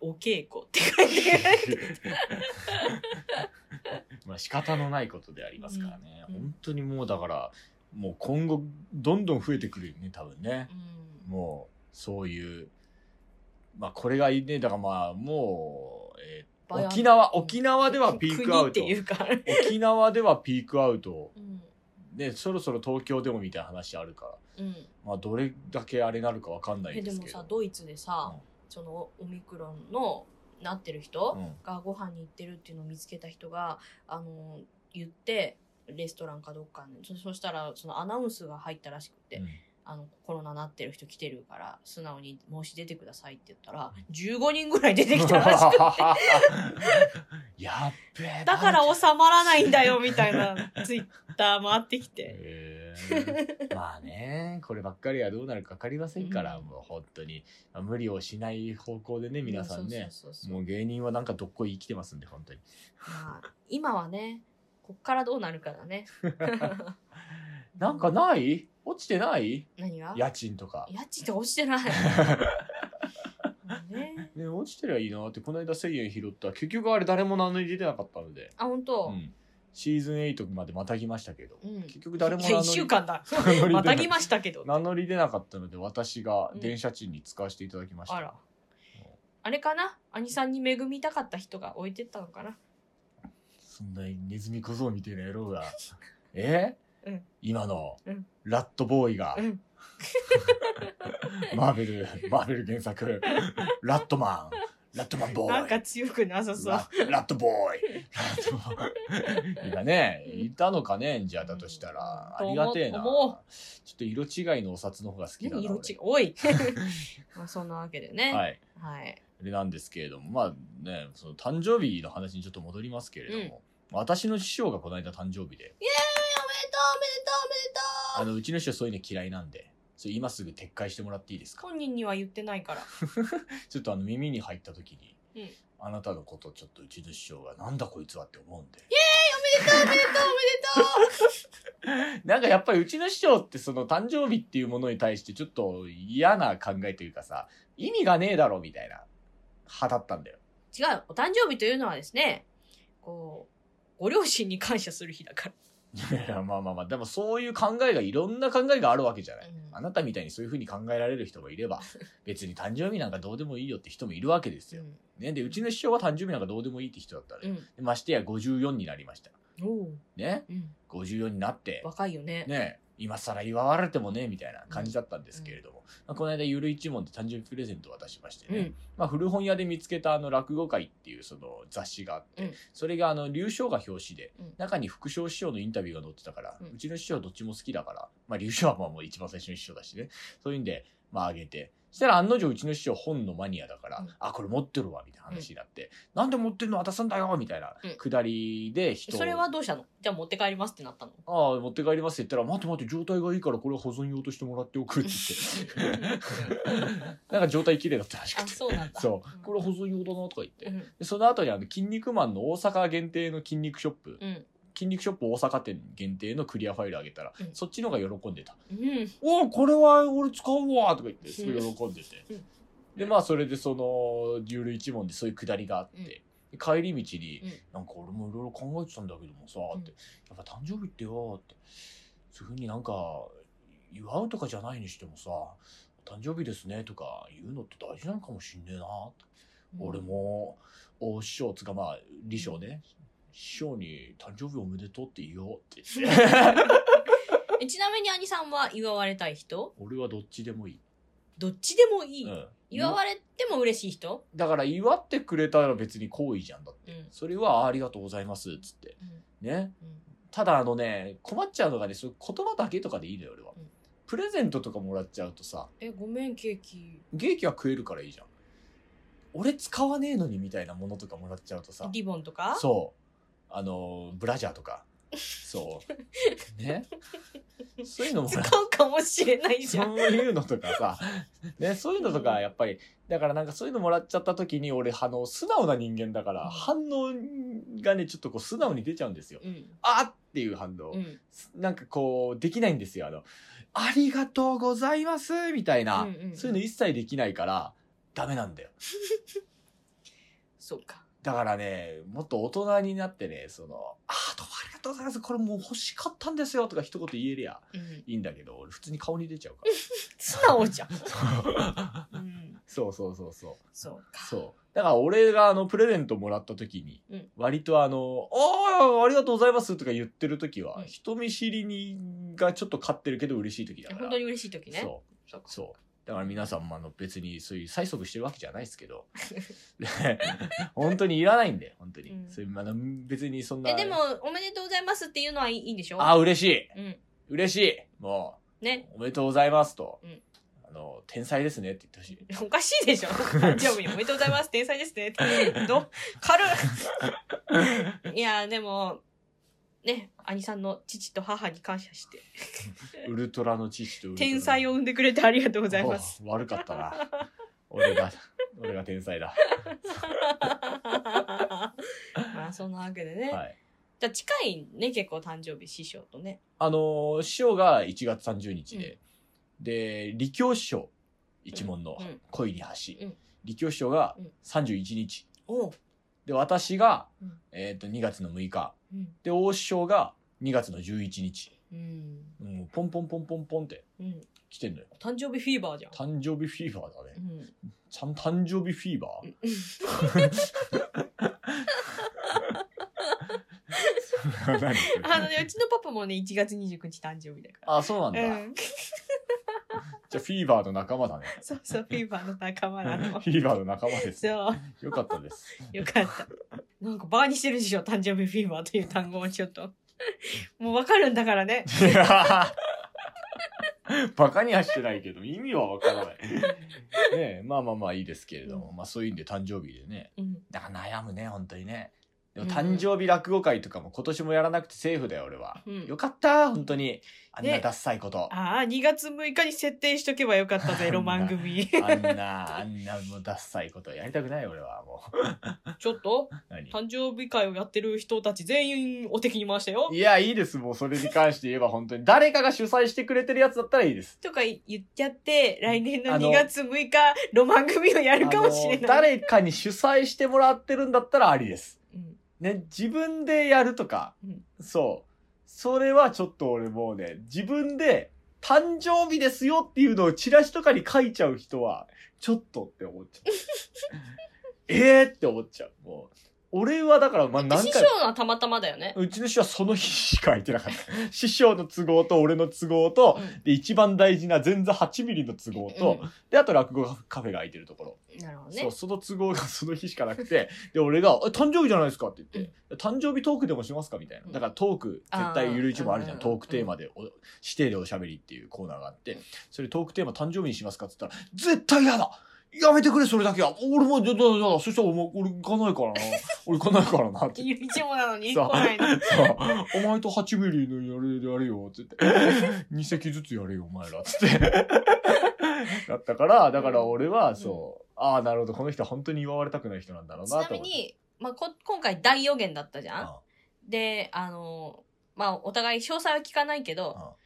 Speaker 2: お稽古って書いて
Speaker 1: まあ仕方のないことでありますからね、
Speaker 2: うん
Speaker 1: 本当にもうだからもう今後どんどん増えてくるよね多分ね
Speaker 2: う、ん
Speaker 1: もうそういうまあこれがいいねだからまあもう、えー
Speaker 2: バイアン
Speaker 1: 沖縄沖縄ではピークアウト
Speaker 2: 国っていうか、
Speaker 1: 沖縄ではピークアウト
Speaker 2: うん
Speaker 1: ねそろそろ東京でもみたいな話あるから
Speaker 2: うん、
Speaker 1: まあどれだけあれなるかわかんない
Speaker 2: え
Speaker 1: で
Speaker 2: ですも
Speaker 1: けど
Speaker 2: さドイツでさ、
Speaker 1: うん
Speaker 2: そのオミクロンのなってる人、
Speaker 1: うん
Speaker 2: がご飯に行ってるっていうのを見つけた人が、あの言ってレストランかどっかにそそしたらそのアナウンスが入ったらしくて、
Speaker 1: うん
Speaker 2: あのコロナなってる人来てるから素直に申し出てくださいって言ったら15人ぐらい出てきたらし く
Speaker 1: やっべえ
Speaker 2: だから収まらないんだよみたいなツイッター回ってきて
Speaker 1: へーまあねこればっかりはどうなるか分かりませんから、
Speaker 2: うん
Speaker 1: もう本当にまあ無理をしない方向でね皆さんね
Speaker 2: そうそうそうそう
Speaker 1: もう芸人はなんかどっこい生きてますんで本当に
Speaker 2: まあ今はねこっからどうなるかだね
Speaker 1: なんかない落ちてない
Speaker 2: 何が
Speaker 1: 家賃とか、
Speaker 2: 家賃って落ちてない まあね
Speaker 1: ね、落ちてりゃいいなってこの間1000円拾った結局あれ誰も名乗り出てなかったので、
Speaker 2: あ本
Speaker 1: う
Speaker 2: 当、
Speaker 1: ん、シーズン8までまたぎましたけど、
Speaker 2: うん
Speaker 1: 結局誰も
Speaker 2: いや一週間だ
Speaker 1: 名乗 り出な
Speaker 2: またぎましたけど。
Speaker 1: 名乗り出なかったので私が電車賃に使わせていただきました、
Speaker 2: あら。あれかな兄さんに恵みたかった人が置いてったのかな
Speaker 1: そんなネズミ小僧みたいな野郎 がえ、
Speaker 2: うん
Speaker 1: 今の、
Speaker 2: うん
Speaker 1: ラットボーイが、
Speaker 2: うん
Speaker 1: マーベルマーベル原 作ラットマンラットマンボーイ
Speaker 2: なんか強くなさそう
Speaker 1: ララットボーイラットボーイがねいたのかねじゃあだとしたらあ
Speaker 2: うん
Speaker 1: りがてえなち
Speaker 2: と
Speaker 1: ょ
Speaker 2: 思
Speaker 1: っと色違いのお札の方が好きだな
Speaker 2: 何色違う
Speaker 1: 俺
Speaker 2: おいまあそんなわけでね、
Speaker 1: はいい
Speaker 2: はい、
Speaker 1: でなんですけれどもまあねその誕生日の話にちょっと戻りますけれども、私の師匠がこの間誕生日であのうちの師匠そういうの嫌いなんでそれ今すぐ撤回してもらっていいですか
Speaker 2: 本人には言ってないから
Speaker 1: ちょっとあの耳に入った時に、
Speaker 2: うん
Speaker 1: あなたのことちょっとうちの師匠がなんだこいつはって思うんでなんかやっぱりうちの師匠ってその誕生日っていうものに対してちょっと嫌な考えというかさ、意味がねえだろみたいな派だったんだよ。
Speaker 2: 違うお誕生日というのはですねこうご両親に感謝する日だか
Speaker 1: いやまあまあまあ、でもそういう考えがいろんな考えがあるわけじゃな
Speaker 2: ら、
Speaker 1: い。
Speaker 2: うん
Speaker 1: あなたみたいにそういう風に考えられる人もい れば、別に誕生日なんかどうでもいいよって人もいるわけですよ。ね、で、うちの師匠は誕生日なんかどうでもいいって人だったの
Speaker 2: う
Speaker 1: よ
Speaker 2: ん
Speaker 1: でましてや54になりました。
Speaker 2: うんおう
Speaker 1: ね、
Speaker 2: うん
Speaker 1: 54になって、
Speaker 2: 若いよね
Speaker 1: ね、今更祝われてもねみたいな感じだったんですけれども、まあ、この間ゆる一問で誕生日プレゼントを渡しましてね、
Speaker 2: うん
Speaker 1: まあ、古本屋で見つけたあの落語会っていうその雑誌があって、
Speaker 2: うん
Speaker 1: それがあの流暢が表紙で、
Speaker 2: うん
Speaker 1: 中に副賞師匠のインタビューが載ってたから、う
Speaker 2: うん
Speaker 1: ちの師匠どっちも好きだから、まあ、流暢はまあもう一番最初の師匠だしねそういうんでまああげて。そしたら案の定うちの師匠本のマニアだから、
Speaker 2: うん
Speaker 1: あ、これ持ってるわ、みたいな話になって、なんで持ってるの渡すんだよみたいな
Speaker 2: うん
Speaker 1: くだりで人を
Speaker 2: それはどうしたのじゃあ持って帰りますって なったの
Speaker 1: ああ、持って帰りますって言ったら、待って待って、状態がいいからこれは保存用としてもらっておくって言って。 なんか状態綺麗だったらしく
Speaker 2: あ
Speaker 1: て。
Speaker 2: そうなんだ
Speaker 1: そう。これ保存用だなとか言って。
Speaker 2: うん
Speaker 1: でその後にあの、筋肉マンの大阪限定の筋肉ショップ、
Speaker 2: うん
Speaker 1: 筋肉ショップ大阪店限定のクリアファイルあげたら、
Speaker 2: うん
Speaker 1: そっちのが喜んでた。
Speaker 2: うん
Speaker 1: おお、これは俺使うわとか言って、すごい喜んでて
Speaker 2: うん。
Speaker 1: で、まあ、それでその、流類一問でそういうくだりがあって、
Speaker 2: うん
Speaker 1: で帰り道に、
Speaker 2: うん
Speaker 1: なんか俺もいろいろ考えてたんだけどもさ、って、やっぱ誕生日ってよ、って、そういうふうになんか、祝うとかじゃないにしてもさ、誕生日ですねとか言うのって大事なのかもしんねえな、俺も、大師匠、つかまあ、李匠ね、師匠に誕生日おめでとうって言おうって言って、
Speaker 2: えちなみに兄さんは祝われたい人
Speaker 1: 俺はどっちでもいい。
Speaker 2: どっちでもいい、
Speaker 1: うん
Speaker 2: 祝われても嬉しい人、
Speaker 1: だから祝ってくれたら別に好意じゃんだって、
Speaker 2: うん
Speaker 1: それはありがとうございますっつってね
Speaker 2: うん
Speaker 1: ただあのね困っちゃうのがねそう言葉だけとかでいいのよ俺は、
Speaker 2: うん
Speaker 1: プレゼントとかもらっちゃうとさ
Speaker 2: えごめんケーキ
Speaker 1: ケーキは食えるからいいじゃん俺使わねえのにみたいなものとかもらっちゃうとさ
Speaker 2: リボンとか
Speaker 1: そうあのブラジャーとか そうねそういうのも
Speaker 2: 使
Speaker 1: らっ
Speaker 2: うかもしれないじゃん
Speaker 1: そういうのとかさ、ね、そういうのとかやっぱり、だからなんかそういうのもらっちゃった時に俺、あの、素直な人間だから、
Speaker 2: うん
Speaker 1: 反応がね、ちょっとこう素直に出ちゃうんですよ。
Speaker 2: うん
Speaker 1: あっていう反応
Speaker 2: う。ん
Speaker 1: なんかこう、できないんですよ。あの、ありがとうございますみたいな、
Speaker 2: うんうん
Speaker 1: そういうの一切できないから、ダメなんだよ。
Speaker 2: そうか
Speaker 1: だからね、もっと大人になってね、その、あー、どうもありがとうございます。これもう欲しかったんですよとか一言言えりゃ
Speaker 2: うん
Speaker 1: いいんだけど、俺普通に顔に出ちゃうから。
Speaker 2: 素直じゃんうん
Speaker 1: そうそうそうそう。
Speaker 2: そうか
Speaker 1: そう。だから俺があのプレゼントもらった時に
Speaker 2: うん、
Speaker 1: 割とあの、ああ、ありがとうございますとか言ってる時は
Speaker 2: う、ん
Speaker 1: 人見知りにがちょっと勝ってるけど嬉しい時だから。
Speaker 2: 本当に嬉しい時ね
Speaker 1: そう。
Speaker 2: そうか
Speaker 1: そう。だから皆さんもあの別にそういう催促してるわけじゃないですけ ど、 本当にいらないんで、本当に。
Speaker 2: うん
Speaker 1: そういうまあ別にそんな。
Speaker 2: えでも、おめでとうございますっていうのはいいいいんでしょ
Speaker 1: あ、嬉しい。
Speaker 2: うん
Speaker 1: 嬉しい。もう
Speaker 2: ね、
Speaker 1: おめでとうございますと
Speaker 2: うん。
Speaker 1: あの、天才ですねって言ってほしい。
Speaker 2: おかしいでしょ誕生日おめでとうございます天才で すねってど軽っ いやでもね兄さんの父と母に感謝して
Speaker 1: ウルトラの知識とウルトラの
Speaker 2: 天才を生んでくれてありがとうござい ます。
Speaker 1: お悪かったな。俺が、俺が天才だ。
Speaker 2: まあそんなわけでね、
Speaker 1: はい。
Speaker 2: じゃあ近いね結構誕生日師匠とね
Speaker 1: あのー師匠が1月30日で、で、李強師匠、一門の
Speaker 2: うんうん
Speaker 1: 恋に橋。
Speaker 2: うん
Speaker 1: 李強師匠が
Speaker 2: うん
Speaker 1: 31日。
Speaker 2: おう、
Speaker 1: で、私が、
Speaker 2: うん
Speaker 1: えっ、と、2月の6日。
Speaker 2: うん
Speaker 1: で、大師匠が2月の11日。
Speaker 2: うん
Speaker 1: もうポンポンポンポンポンって
Speaker 2: うん、
Speaker 1: 来てんのよ。
Speaker 2: 誕生日フィーバーじゃん、
Speaker 1: 誕生日フィーバーだね。
Speaker 2: うん、
Speaker 1: ちゃん誕生日フィーバー何
Speaker 2: あのね、うちのパパもね、1月29日誕生日だか
Speaker 1: あ、そうなんだ。
Speaker 2: ら。うん。
Speaker 1: じゃあ、フィーバーの仲間だね。
Speaker 2: そうそう、フィーバーの仲間
Speaker 1: フ
Speaker 2: なの。
Speaker 1: ィーバーの仲間です。
Speaker 2: そう。
Speaker 1: よかったです。
Speaker 2: よか った。なんかバカにしてるでしょ、誕生日フィーバーという単語をちょっと。 もうわかるんだからね。
Speaker 1: いやバカにはしてないけど、意味はわからない。ねえまあまあまあいいですけれども、
Speaker 2: う
Speaker 1: まあそういうんで誕生日でね。
Speaker 2: うん。
Speaker 1: だから悩むね、本当にね。でも
Speaker 2: うん
Speaker 1: 誕生日落語会とかも今年もやらなくてセーフだよ、俺は。
Speaker 2: うん
Speaker 1: よかった、本当に。あんな
Speaker 2: ね
Speaker 1: ダッサいこと。
Speaker 2: ああ、2月6日に設定しとけばよかったぜ、ロマン組。
Speaker 1: あんな、あんなもうダッサいことやりたくない、俺はもう。
Speaker 2: ちょっと、
Speaker 1: 何
Speaker 2: 誕生日会をやってる人たち全員お敵に回したよ。
Speaker 1: いや、いいです、もうそれに関して言えば本当に。誰かが主催してくれてるやつだったらいいです。
Speaker 2: とか言っちゃって、来年の
Speaker 1: あの
Speaker 2: 2月6日、ロマン組をやるかもしれ
Speaker 1: あの
Speaker 2: ない。
Speaker 1: 誰かに主催してもらってるんだったらありです。
Speaker 2: うん
Speaker 1: ね、自分でやるとか、
Speaker 2: うん
Speaker 1: そう。それはちょっと俺もうね、自分で誕生日ですよっていうのをチラシとかに書いちゃう人は、ちょっとって思っ ちゃう。えーって思っちゃう。もう。俺はだから、まあ、何
Speaker 2: 師
Speaker 1: 回
Speaker 2: 匠のはたまたまだよね。
Speaker 1: うちの師匠はその日しか空いてなかった。 師匠の都合と俺の都合と、
Speaker 2: うん
Speaker 1: で、一番大事な前座8ミリの都合と、で、あと落語カフェが空いてるところ。
Speaker 2: なるほど
Speaker 1: そ
Speaker 2: ね
Speaker 1: う、。その都合がその日しかなくて、で、俺が、え誕生日じゃないですかって言って、誕生日トークでもしますかみたいな。だからトーク、絶対ゆるいちもあるじゃん。
Speaker 2: あー
Speaker 1: トークテーマでお、指定でおしゃべりっていうコーナーがあって、それトークテーマ誕生日にしますかって言ったら、絶対嫌だやめてくれ、それだけは俺も、だ、だ、だ、そしたらお前、俺行かないからな。俺行かないからなって。
Speaker 2: ゆりちもなのに、来
Speaker 1: そう
Speaker 2: ないの。
Speaker 1: そう お前と8ミリのやれやれよ、つ って。2席ずつやれよ、お前ら、つって。だったから、だから俺は、そう、ああ、なるほど、この人は本当に祝われたくない人なんだろう
Speaker 2: ち
Speaker 1: な、
Speaker 2: な
Speaker 1: と
Speaker 2: み
Speaker 1: 思って。
Speaker 2: に、まあ、こ今回大予言だったじゃん
Speaker 1: あ
Speaker 2: であのまあお互い詳細は聞かないけど、
Speaker 1: うん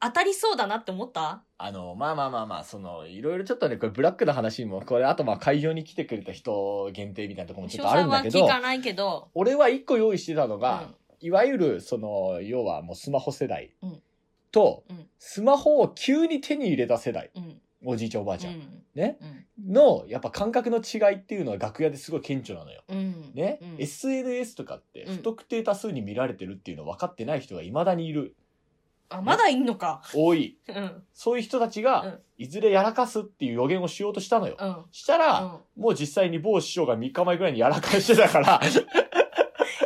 Speaker 2: 当たりそうだなって思った
Speaker 1: あの、まあまあまあまあ、その、いろいろちょっとね、これブラックの話にも、これ、あとまあ会場に来てくれた人限定みたいなところもちょ
Speaker 2: 詳
Speaker 1: っとある
Speaker 2: 細
Speaker 1: んだ
Speaker 2: は
Speaker 1: けど
Speaker 2: 聞、かないけど、
Speaker 1: 俺は一個用意してたの
Speaker 2: う
Speaker 1: が、いわゆる、その、要はもうスマホ世代
Speaker 2: うん
Speaker 1: と、
Speaker 2: うん
Speaker 1: スマホを急に手に入れた世代、
Speaker 2: んうん
Speaker 1: おじいちゃんおばあちゃん。
Speaker 2: うん
Speaker 1: ね
Speaker 2: うん
Speaker 1: の、やっぱ感覚の違いっていうのは楽屋ですごい顕著なのよ。
Speaker 2: うん
Speaker 1: ね、
Speaker 2: うん
Speaker 1: SNS とかって
Speaker 2: うん
Speaker 1: 不特定多数に見られてるっていうの分かってない人が未だにいる。
Speaker 2: あまだいんのか
Speaker 1: 多い。
Speaker 2: うんうん
Speaker 1: そういう人たち
Speaker 2: う
Speaker 1: が
Speaker 2: ん、
Speaker 1: いずれやらかすっていう予言をしようとしたのよ。
Speaker 2: うん
Speaker 1: したら、もう実際に某師匠が3日前ぐらいにやらかしてたから、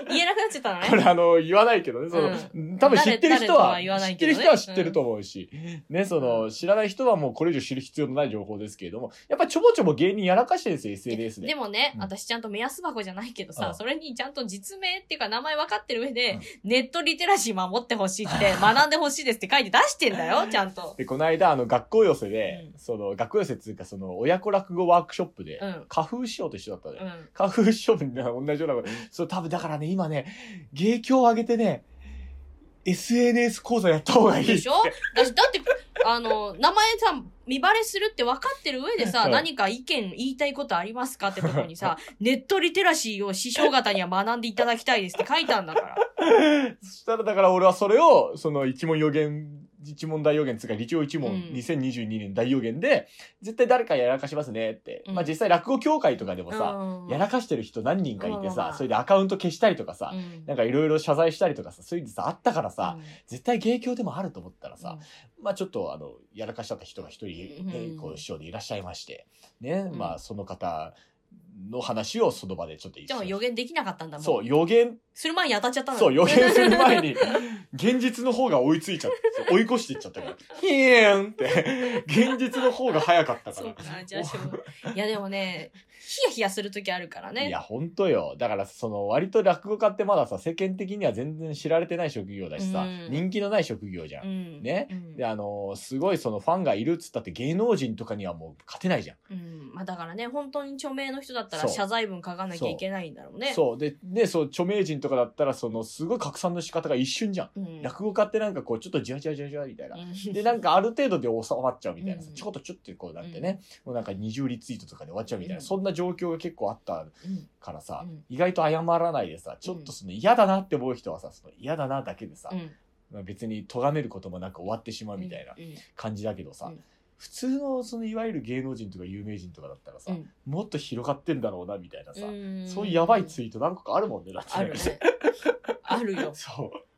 Speaker 2: 言えなくなっちゃった の
Speaker 1: これ
Speaker 2: ね
Speaker 1: あの、言わないけどね、その、多分知ってる人は、
Speaker 2: 誰誰とは言わな
Speaker 1: 知
Speaker 2: い
Speaker 1: って
Speaker 2: け
Speaker 1: る
Speaker 2: どね
Speaker 1: 人は知ってると思うし、ね、その、知らない人はもうこれ以上知る必要のない情報ですけれども、やっぱちょぼちょぼ芸人やらかしてるんですよ、SNS で。
Speaker 2: でもね、
Speaker 1: うん
Speaker 2: 私ちゃんと目安箱じゃないけど
Speaker 1: う
Speaker 2: さ
Speaker 1: ん
Speaker 2: それにちゃんと実名っていうか名前分かってる上で、
Speaker 1: うん
Speaker 2: ネットリテラシー守ってほしいって学んでほしいですって書いて出してんだよちゃんと
Speaker 1: で、この間、あの、学校寄せで、
Speaker 2: うん
Speaker 1: その、学校寄せっていうか、その、親子落語ワークショップで、
Speaker 2: うん
Speaker 1: 花風師匠と一緒だったのよ。
Speaker 2: うん
Speaker 1: 花風師匠もね同じようなこと。そう、多分だからね、今ね、芸協を上げてね、SNS 講座やった方がいい。
Speaker 2: でしょだしだって、あの、名前さ、見バレするって分かってる上でさ、
Speaker 1: うん
Speaker 2: 何か意見言いたいことありますかってとこ にさ、ネットリテラシーを師匠方には学んでいただきたいですって書いたん だから。
Speaker 1: そしたら、だから俺はそれを、その、一問予言、一問大予言つうか、一応一問、
Speaker 2: うん
Speaker 1: 2022年大予言で、絶対誰かやらかしますねって。
Speaker 2: うん
Speaker 1: まあ実際落語協会とかでもさ、
Speaker 2: うん
Speaker 1: やらかしてる人何人かいて
Speaker 2: まあまあ
Speaker 1: さ
Speaker 2: ま、あ
Speaker 1: それでアカウント消したりとかさ、
Speaker 2: うん
Speaker 1: なんかいろいろ謝罪したりとかさ、そういうのさ、あったからさ、
Speaker 2: うん
Speaker 1: 絶対芸協でもあると思ったらさ、まあちょっとあの、やらかしちゃった人が一人、ね
Speaker 2: うん
Speaker 1: こう、師匠でいらっしゃいまして、ね、
Speaker 2: うん
Speaker 1: まあその方の話をその場でちょっと一
Speaker 2: じゃ
Speaker 1: 緒
Speaker 2: あもう
Speaker 1: に
Speaker 2: 予言できなかったんだもん。
Speaker 1: そう、予言、
Speaker 2: する前に当たっちゃったの
Speaker 1: そう、予 言する前に、現実の方が追いついちゃって、追い越していっちゃったから、 ヒーンって、現実の方が早かったか
Speaker 2: そう
Speaker 1: ら
Speaker 2: か。、じゃあしょうがない。いやでもね、ヒヤヒヤするときあるからね。
Speaker 1: いや、ほんとよ。だから、その、割と落語家ってまださ、世間的には全然知られてない職業だしさ、
Speaker 2: うん
Speaker 1: 人気のない職業じゃん
Speaker 2: う。ん。
Speaker 1: ね
Speaker 2: うん
Speaker 1: で、あのすごいそのファンがいるっつったって芸能人とかにはもう勝てないじゃん。
Speaker 2: うん。まあだからね、本当に著名の人だったら
Speaker 1: そう
Speaker 2: 謝罪文書かなきゃいけないんだろうね。
Speaker 1: そう。で、ね、そう、著名人とかだったら、その、すごい拡散の仕方が一瞬じゃん。
Speaker 2: うん。
Speaker 1: 落語家ってなんかこう、ちょっとじわじわじわじわみたいな。
Speaker 2: うん
Speaker 1: で、なんかある程度で収まっちゃうみたいなさ、
Speaker 2: うん
Speaker 1: ちょこっとちょっとこうなってね、もうなんか20リツイートとかで終わっちゃうみたいな、
Speaker 2: うん
Speaker 1: そんな状況が結構あった
Speaker 2: うん
Speaker 1: からさ、
Speaker 2: うん
Speaker 1: 意外と謝らないでさ、ちょっとその嫌だなって思う人はさ、その嫌だなだけでさ、
Speaker 2: うん。
Speaker 1: まあ別に咎めることもなく終わってしまうみたいな
Speaker 2: うん。
Speaker 1: 感じだけどさ、
Speaker 2: うん
Speaker 1: 普通のそのいわゆる芸能人とか有名人とかだったらさ、
Speaker 2: うん
Speaker 1: もっと広がってんだろうなみたいなさ、
Speaker 2: うん
Speaker 1: そういうやばいツイート何個かあるもんね、だってね
Speaker 2: あるね。あるよ。
Speaker 1: そう。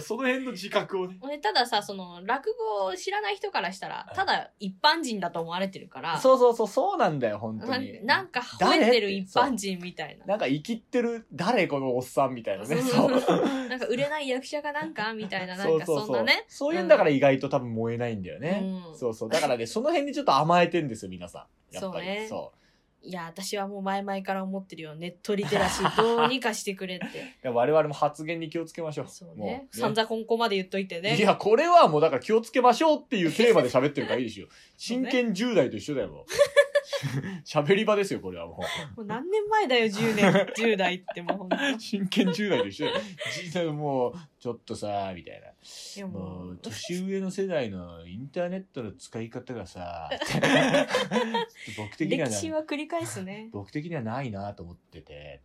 Speaker 1: その辺の自覚をね。
Speaker 2: 俺たださ、その、落語を知らない人からしたら、ただ一般人だと思われてるから、
Speaker 1: そうそうそう、そうなんだよ、本当
Speaker 2: な
Speaker 1: に。
Speaker 2: なんか吠えてる一般人みたいな。
Speaker 1: なんか生きってる、誰このおっさんみたいなね。
Speaker 2: そ
Speaker 1: そうう。
Speaker 2: なんか売れない役者がなんかみた いな、なんかそん
Speaker 1: そ
Speaker 2: な
Speaker 1: う。
Speaker 2: ね。
Speaker 1: そういうんだから意外と多分燃えないんだよね。
Speaker 2: うん
Speaker 1: そうそう。だからね、その辺にちょっと甘えてんですよ、皆さん。やっぱり。
Speaker 2: そうね
Speaker 1: そ
Speaker 2: いや、私はもう前々から思ってるよ。ネットリテラ シーどうにかしてくれって。
Speaker 1: う。だから我々も発言に気をつけましょう。
Speaker 2: そう
Speaker 1: も
Speaker 2: ね。さんざこんこまで言っといてね。
Speaker 1: いや、これはもうだから気をつけましょうっていうテーマで喋ってるからいいです よ。真剣10代と一緒だよ、もう。 喋り場ですよ、これはも
Speaker 2: もう何年前だよ、10年、10代 ってもうほんと
Speaker 1: う。真剣10代と一緒だよ。人生もう、ちょっとさ、みたいな。
Speaker 2: いやも
Speaker 1: もう
Speaker 2: う、、
Speaker 1: 年上の世代のインターネットの使い方がさ、ちょっと僕的には
Speaker 2: 歴
Speaker 1: な
Speaker 2: 史は繰り返 すね。
Speaker 1: 僕的にはないなと思ってて。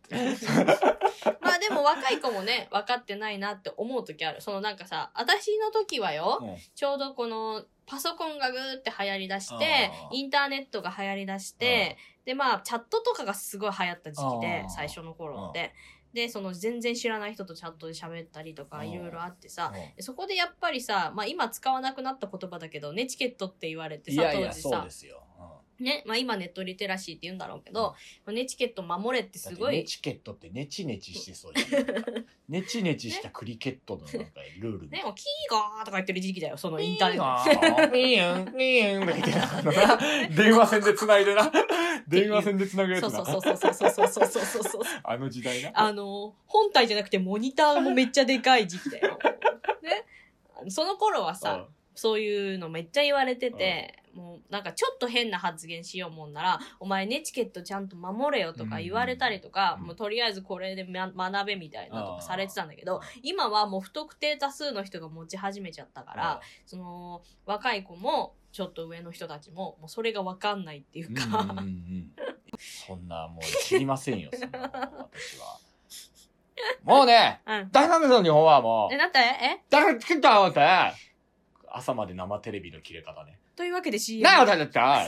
Speaker 2: まあでも若い子もね、分かってないなって思う時ある。そのなんかさ、私の時はよ、
Speaker 1: うん
Speaker 2: ちょうどこの、パソコンがぐーって流行り出して
Speaker 1: あ、ー
Speaker 2: インターネットが流行り出して、で、まあ、チャットとかがすごい流行った時期で
Speaker 1: あ、ー
Speaker 2: 最初の頃って。で、その全然知らない人とチャットで喋ったりと
Speaker 1: う
Speaker 2: か、
Speaker 1: ん
Speaker 2: いろいろあってさ、そこでやっぱりさ、まあ今使わなくなった言葉だけど、ネチケットって言われて
Speaker 1: い
Speaker 2: さ、
Speaker 1: やい
Speaker 2: 当
Speaker 1: や、
Speaker 2: 時
Speaker 1: そう
Speaker 2: さ
Speaker 1: で、すよ。
Speaker 2: ね、まあ今ネットリテラシーって言うんだろうけど、ネチケット守れって
Speaker 1: す
Speaker 2: す
Speaker 1: ご
Speaker 2: ご
Speaker 1: い。ネ
Speaker 2: い
Speaker 1: チケットってネチネチしてそうじゃん なんか。ネチネチしたクリケットのなんかルールみたいな
Speaker 2: ね、もうキーガーとか言ってる時期だよ、そのインターネット。
Speaker 1: ト。 ミーン、ミーンとか言ってなあのな。電話線で繋いでな。電話線で繋ぐやつ
Speaker 2: そう
Speaker 1: な。
Speaker 2: そうそうそうそうそうそうそうそうそう。
Speaker 1: あの時代な。
Speaker 2: あの、本体じゃなくてモニターもめっちゃでかい時期だよ。ね。その頃はさ、そういうのめっちゃ言われてて、もうなんかちょっと変な発言しようもんなら、お前ネチケットちゃんと守れよとか言われたりとか、
Speaker 1: うん
Speaker 2: もうとりあえずこれでま学べみたいなと
Speaker 1: あ
Speaker 2: か
Speaker 1: ー
Speaker 2: されてたんだけど、今はもう不特定多数の人が持ち始めちゃったから、その若い子もちょっと上の人たちももうそれが分かんないっていううんか、
Speaker 1: うんうんうんそんなもう知りませんよ、そんなもう私は。もうね、
Speaker 2: うん。
Speaker 1: 大なんですよ、日本はも
Speaker 2: え、
Speaker 1: う。
Speaker 2: なんだえ
Speaker 1: だから作ったもんって。朝まで生テレビの切れ方ね。
Speaker 2: というわけで CM。
Speaker 1: なあ、私だ った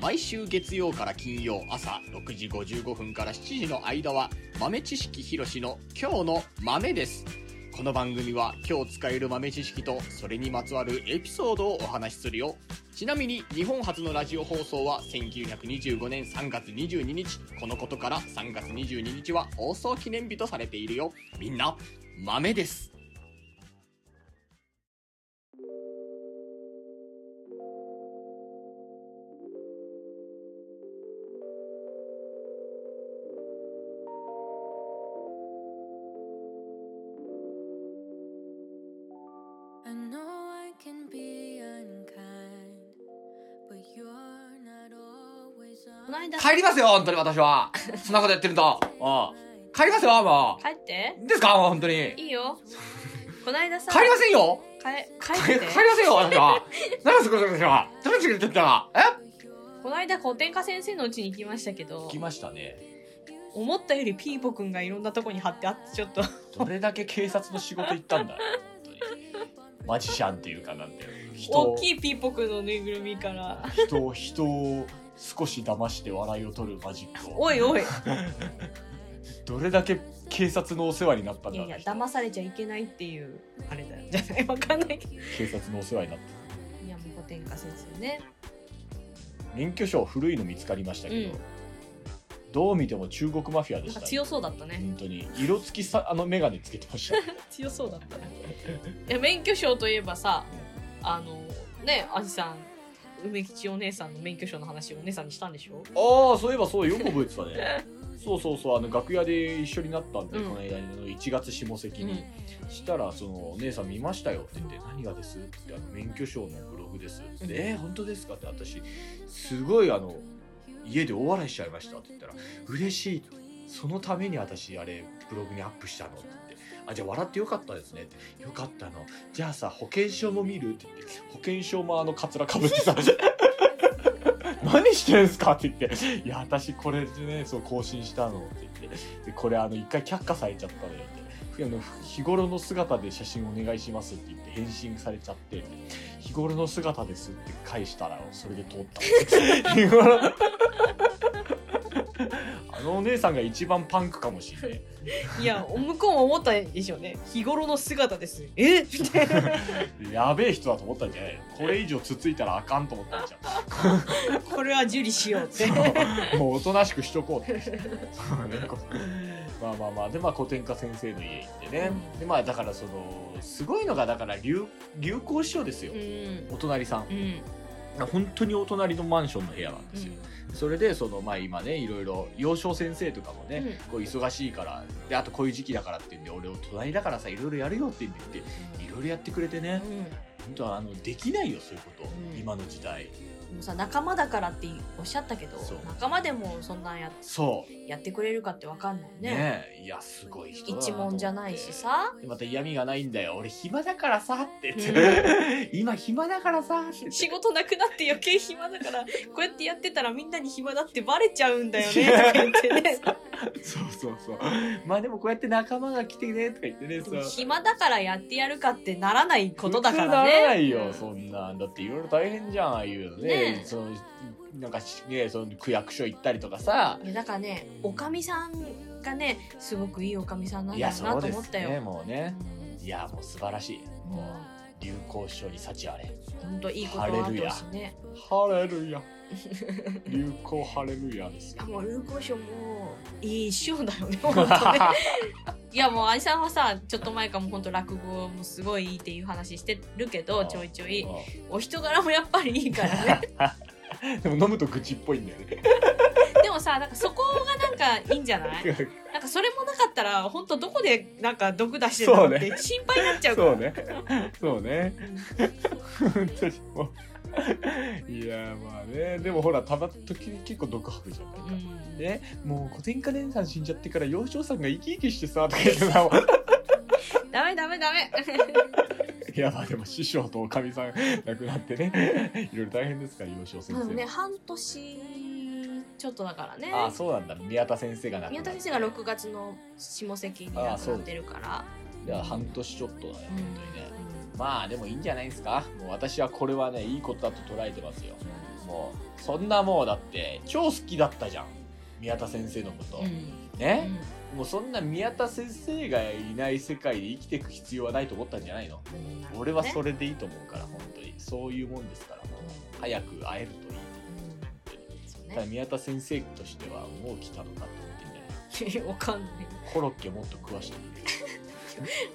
Speaker 1: 毎週月曜から金曜朝6時55分から7時の間は豆知識ひろしの今日の豆ですこの番組は今日使える豆知識とそれにまつわるエピソードをお話しするよちなみに日本初のラジオ放送は1925年3月22日このことから3月22日は放送記念日とされているよみんな豆 です
Speaker 2: この間、
Speaker 1: 帰りますよ本当に私はそんなことやってる と帰りますよも
Speaker 2: 帰って
Speaker 1: うですかもう本当に
Speaker 2: いいよ。この間さ、
Speaker 1: 帰りませんよ
Speaker 2: 帰
Speaker 1: 帰
Speaker 2: 帰
Speaker 1: 帰
Speaker 2: っ
Speaker 1: り
Speaker 2: て
Speaker 1: ま。せんよ私は何ですか私はどれ作ってったらえ
Speaker 2: この間、古典科先生の家に行きましたけど
Speaker 1: 来、ましたね
Speaker 2: 思ったよりピーポくんがいろんなとこに貼ってあって、ちょっと、
Speaker 1: どれだけ警察の仕事行ったんだ本当にマジシャンっていうかなんて人を
Speaker 2: 大きいピーポくんのぬいぐるみから、
Speaker 1: 人を人を少し騙して笑いを取るマジックを
Speaker 2: おいおい、
Speaker 1: どれだけ警察のお世話になったん
Speaker 2: い
Speaker 1: だ
Speaker 2: やいや、
Speaker 1: あの
Speaker 2: 騙されちゃいけないっていう、あれだよ。じゃない、わかんないけど。
Speaker 1: 人警察のお世話になった
Speaker 2: いや、もう古典科先生ね。
Speaker 1: 免許証古いの見つかりましたけど、
Speaker 2: うん
Speaker 1: どう見ても中国マフィアで
Speaker 2: なん
Speaker 1: し
Speaker 2: か
Speaker 1: た、ね、
Speaker 2: 強そうだったね。
Speaker 1: 本当に色付きさあの眼鏡つけてました
Speaker 2: 強そうだったね。いや、免許証といえばさ、あの、ね、あじさん、梅吉お姉さんの免許証の話をお姉さんにしたんでしょ
Speaker 1: ああそういえばそうよく覚えてた ねそうそうそうあの楽屋で一緒になったんで、
Speaker 2: うん
Speaker 1: この間の1月下関に、したらその「お姉さん見ましたよ」って言って「何がです?」って言ってあの「免許証のブログです」って「
Speaker 2: うん
Speaker 1: えー、本当ですか?」って私すごいあの家で大笑いしちゃいましたって言ったら「嬉しい」そのために私あれブログにアップしたのって言って「あじゃあ笑ってよかったですね」って「よかったのじゃあさ保険証も見る?」って言って保険証もあのカツラかぶってさ何してんすか?」って言って「いや私これでねそう更新したの」って言ってでこれあの一回却下されちゃったのよって。ふあのふ日頃の姿で写真お願いしますって言って返信されちゃって日頃の姿ですって 返したらそれで通った日頃ああのお姉さんが一番パンクかもしれない
Speaker 2: いや向こうも思ったでしょうね日頃の姿ですえみたい な
Speaker 1: やべえ人だと思ったんじゃないのこれ以上つついたらあかんと思ったんじゃ
Speaker 2: これは受理しようって
Speaker 1: んもうおとなしくしとこうってそうねこうまあまあまあでまあ古典科先生の家行ってね、でまあだからそのすごいのがだから流流行師匠ですよ、
Speaker 2: うん
Speaker 1: お隣さん
Speaker 2: うん
Speaker 1: 本当にお隣のマンションの部屋なん
Speaker 2: う
Speaker 1: ですよ、
Speaker 2: ん
Speaker 1: それでそのまあ今ねいろいろ幼少先生とかもね、
Speaker 2: うん
Speaker 1: こう忙しいからであとこういう時期だからって言うんで俺を隣だからさいろいろやるよって言っていろいろやってくれてね
Speaker 2: うん
Speaker 1: 本当はあのできないよそういうこと、
Speaker 2: うん
Speaker 1: 今の時代
Speaker 2: でもさ仲間だからっておっしゃったけど
Speaker 1: そう
Speaker 2: 仲間でもそんなんや
Speaker 1: そう
Speaker 2: やってくれるかってわかんない
Speaker 1: ね
Speaker 2: ね
Speaker 1: えいやすごい人だな
Speaker 2: 一問じゃないしさ
Speaker 1: でまた嫌味がないんだよ俺暇だからさって言って、 今暇だからさって言って
Speaker 2: 仕事なくなって余計暇だからこうやってやってたらみんなに暇だってバレちゃうんだよねとか言ってね
Speaker 1: そうそうそうまあでもこうやって仲間が来てねとか言ってねさ
Speaker 2: 暇だからやってやるかってならないことだから
Speaker 1: 普
Speaker 2: ね
Speaker 1: 通ならないよそんなんだっていろいろ大変じゃんああいうのね
Speaker 2: ねえ
Speaker 1: そのなんかしねその区役所行ったりとかさ
Speaker 2: いやだからねおかみさんがねすごくいいおかみさんなん
Speaker 1: い
Speaker 2: だ
Speaker 1: や
Speaker 2: ろうな
Speaker 1: そう
Speaker 2: と
Speaker 1: で
Speaker 2: 思っ
Speaker 1: す
Speaker 2: た
Speaker 1: ね
Speaker 2: よ。
Speaker 1: もうねいやもう素晴らしいも
Speaker 2: 本
Speaker 1: う流行師匠に幸あれ
Speaker 2: 当、ほんといいことはあってほしいね。
Speaker 1: ハレル ヤ流行ハレルヤですよ
Speaker 2: あもう流行賞もいい賞だよ ね 本当ね。いやもう愛さんはさちょっと前からも本当落語もすごいいいっていう話してるけ
Speaker 1: あ
Speaker 2: ど
Speaker 1: あ
Speaker 2: ちょいちょいお人柄もやっぱりいいからね。
Speaker 1: うんでも飲むと愚痴っぽいんだよね
Speaker 2: でもさなんかそこがなんかいいんじゃない？ なんかそれもなかったら本当どこでなんか毒出してたのって心配になっちゃうから。
Speaker 1: そうねそうね本当にもういやまあねでもほらたま時に結構毒吐くじゃないか、
Speaker 2: うん
Speaker 1: ね、もう古典家伝さん死んじゃってから幼少さんが生き生きしてさとか言ってさ
Speaker 2: ダメダメダメ。
Speaker 1: いやまあでも師匠とおかみさん亡くなって ねいろいろ大変ですから幼少先
Speaker 2: まあで
Speaker 1: 生、
Speaker 2: もね半年ちょっとだからね
Speaker 1: ああそうなんだ宮田先生が亡くな
Speaker 2: 宮
Speaker 1: っ
Speaker 2: 田
Speaker 1: て
Speaker 2: 先生が6月の下関に亡くなってるから
Speaker 1: いや半年ちょっとだよ
Speaker 2: うん
Speaker 1: 本当にねまあでもいいんじゃないですかもう私はこれはねいいことだと捉えてますよもうそんなもうだって超好きだったじゃん宮田先生のこと、
Speaker 2: うんう
Speaker 1: ね、
Speaker 2: ん
Speaker 1: もうそんな宮田先生がいない世界で生きていく必要はないと思ったんじゃないの
Speaker 2: うん
Speaker 1: 俺はそれでいいと思うから本当にそういうもんですからもう早く会えるといいと
Speaker 2: そう
Speaker 1: ただ
Speaker 2: ね
Speaker 1: 宮田先生としてはもう来たのかと思ってんじゃない
Speaker 2: わかんない
Speaker 1: コロッケもっと食わしてくれ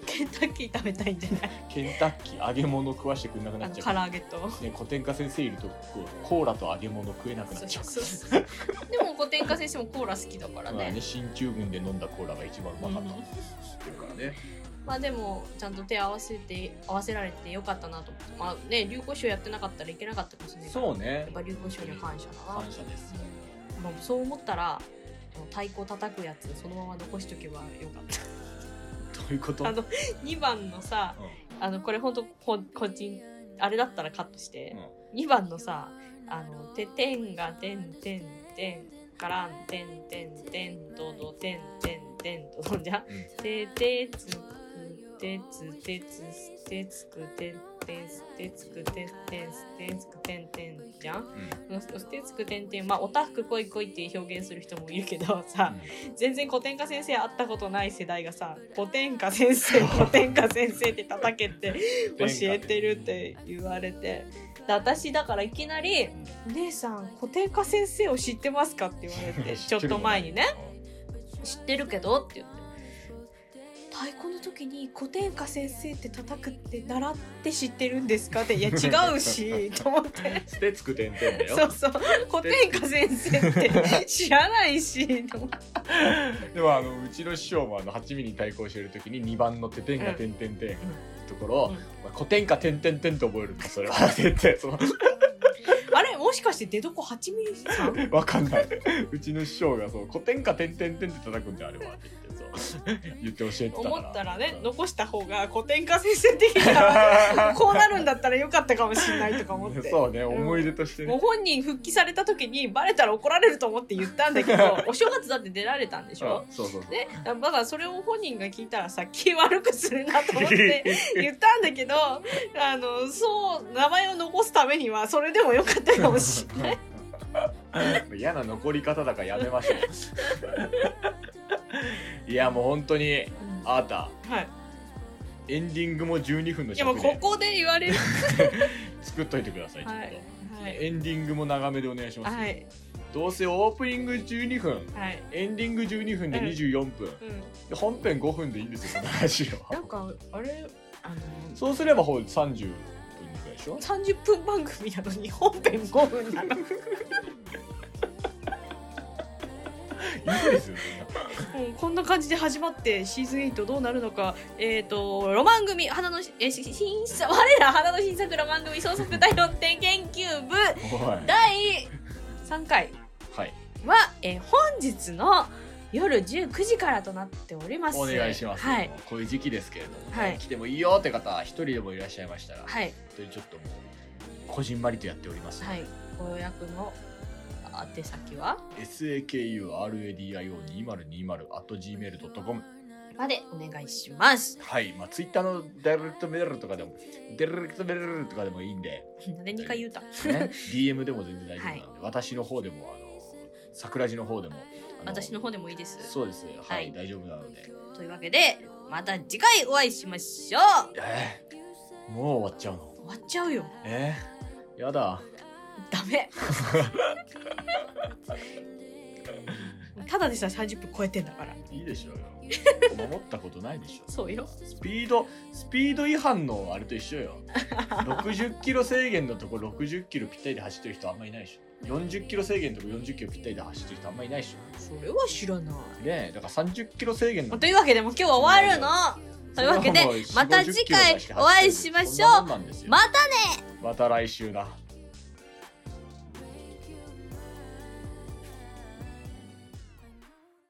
Speaker 2: ケンタッキー食べたいんじゃない
Speaker 1: ケンタッキー揚げ物食わしてくれなくな
Speaker 2: あ
Speaker 1: っ
Speaker 2: の
Speaker 1: ち
Speaker 2: 唐
Speaker 1: ゃう
Speaker 2: 揚げと
Speaker 1: ね、古典科先生いるとコーラと揚げ物食えなくなっちゃう
Speaker 2: そうそうそうでも古典科先生もコーラ好きだから
Speaker 1: まあね
Speaker 2: ね
Speaker 1: 進駐軍で飲んだコーラが一番うまかったって言ってるからね、
Speaker 2: まあでもちゃんと手合わせて合わせられてよかったなと思ってまあね流行賞やってなかったらいけなかったかもしれないから
Speaker 1: そう
Speaker 2: や
Speaker 1: ね
Speaker 2: っぱ流行賞には感謝だな
Speaker 1: 感謝ですよ
Speaker 2: まあ、そう思ったらあの太鼓叩くやつそのまま残しとけばよか っ
Speaker 1: どういうこと
Speaker 2: たあの2番のさ
Speaker 1: う
Speaker 2: あのこれほんとこ個人あれだったらカットして
Speaker 1: ん、
Speaker 2: 2番のさ「あのててんがてんてんてん」からんてんてんてんとどてんてんてんとどんじゃん
Speaker 1: うん
Speaker 2: ててつくてつてつてつくててつてつくててつてつくてんてんじゃん
Speaker 1: うん
Speaker 2: ステつく点々まあおたふくこいこいって表現する人もいるけどさ、全然古典科先生会ったことない世代がさ古典科先生古典科先生って叩け って教えてるって言われてで私だからいきなり「姉さん古典科先生を知ってますか?」って言われ てちょっと前にね「知ってるけど」って言って。太鼓の時に古典科先生って叩くって習って知ってるんですかって いや違うしと思って
Speaker 1: 捨てつくてんてんだよ
Speaker 2: そうそう古典科先生って知らないしと思って
Speaker 1: でもあのうちの師匠もあの八味に対抗してる時に2番の「ててんがてんてんてん」ところを
Speaker 2: うん
Speaker 1: 「まあ古典かてんてんてん」と覚えるんだそれは 絶対その
Speaker 2: あれもしかして出どこ8ミリさん
Speaker 1: わかんない。うちの師匠がそう古典かてんてんてんって叩くんであれはって言ってそう言って教えてたから。
Speaker 2: 思ったらね
Speaker 1: うん
Speaker 2: 残した方が古典科先生的に はこうなるんだったらよかったかもしれないとか思って。
Speaker 1: そうね思い出として
Speaker 2: もう
Speaker 1: ね。
Speaker 2: 本人復帰された時にバレたら怒られると思って言ったんだ けどお正月だって出られたんでしょ
Speaker 1: うんそうそうそう。
Speaker 2: ね、まだそれを本人が聞いたらさ気悪くするなと思 って言ったんだけどあのそう名前を残すためにはそれでもよかったかもしれない
Speaker 1: 嫌な残り方だからやめましょ ういやもう本当にあーた
Speaker 2: はい。
Speaker 1: エンディングも12分の
Speaker 2: いやも
Speaker 1: 尺
Speaker 2: うこ
Speaker 1: で
Speaker 2: こで言われる。
Speaker 1: 作っといてくださいちょっと、
Speaker 2: はい。はい。
Speaker 1: エンディングも長めでお願いします、
Speaker 2: はい。
Speaker 1: どうせオープニング12分
Speaker 2: はい。
Speaker 1: エンディング12分で24分、
Speaker 2: うん。
Speaker 1: で本編5分でいいんですよこの話
Speaker 2: な
Speaker 1: は
Speaker 2: んかあれあの
Speaker 1: そうすればほう30分ぐらいでしょ
Speaker 2: 三十分番組なのに本編5分なの。も
Speaker 1: いいですよね
Speaker 2: うこんな感じで始まってシーズン8どうなるのか。えっ、とロマン組花のしえし新作 我ら花の新作ロマン組創作大論点研究部
Speaker 1: おい
Speaker 2: 第三回
Speaker 1: はい
Speaker 2: は、えー本日の夜19時からとなっております。
Speaker 1: お願いします、
Speaker 2: はい。
Speaker 1: こういう時期ですけれども、
Speaker 2: はい
Speaker 1: 来てもいいよって方一人でもいらっしゃいましたら、
Speaker 2: はい。
Speaker 1: 本当にちょっともうこじんまりとやっております、
Speaker 2: はい。ご予約の宛先は
Speaker 1: sakuradio2020.gmail.com
Speaker 2: までお願いします。
Speaker 1: はいまあツイッターのダイレクトメールとかでもダイレクトメールとかでもいいんで、
Speaker 2: 何か言うた。
Speaker 1: ね、DM でも全然大丈夫な
Speaker 2: はい
Speaker 1: ので、私の方でもあの桜地の方でもあ
Speaker 2: 私の方でもいいです。
Speaker 1: そうですはい、
Speaker 2: はい
Speaker 1: 大丈夫なので、
Speaker 2: というわけで、また次回お会いしましょう
Speaker 1: えーもう終わっちゃうの
Speaker 2: 終わっちゃうよ。
Speaker 1: えーやだ
Speaker 2: ダメ。 ただでさえ30分超えてんだから。
Speaker 1: いいでしょうよ守ったことないでしょ
Speaker 2: そうよ。
Speaker 1: スピードスピード違反のあれと一緒よ60キロ制限のとこ60キロぴったりで走ってる人あんまいないでしょ40キロ制限のとこ40キロぴったりで走ってる人あんまいないでし
Speaker 2: それは知らない。
Speaker 1: ょねえだから30キロ制限の
Speaker 2: というわけでもう今日は終わるの。 というわけで、また次回お会いしましょう
Speaker 1: うまたねまた来週だ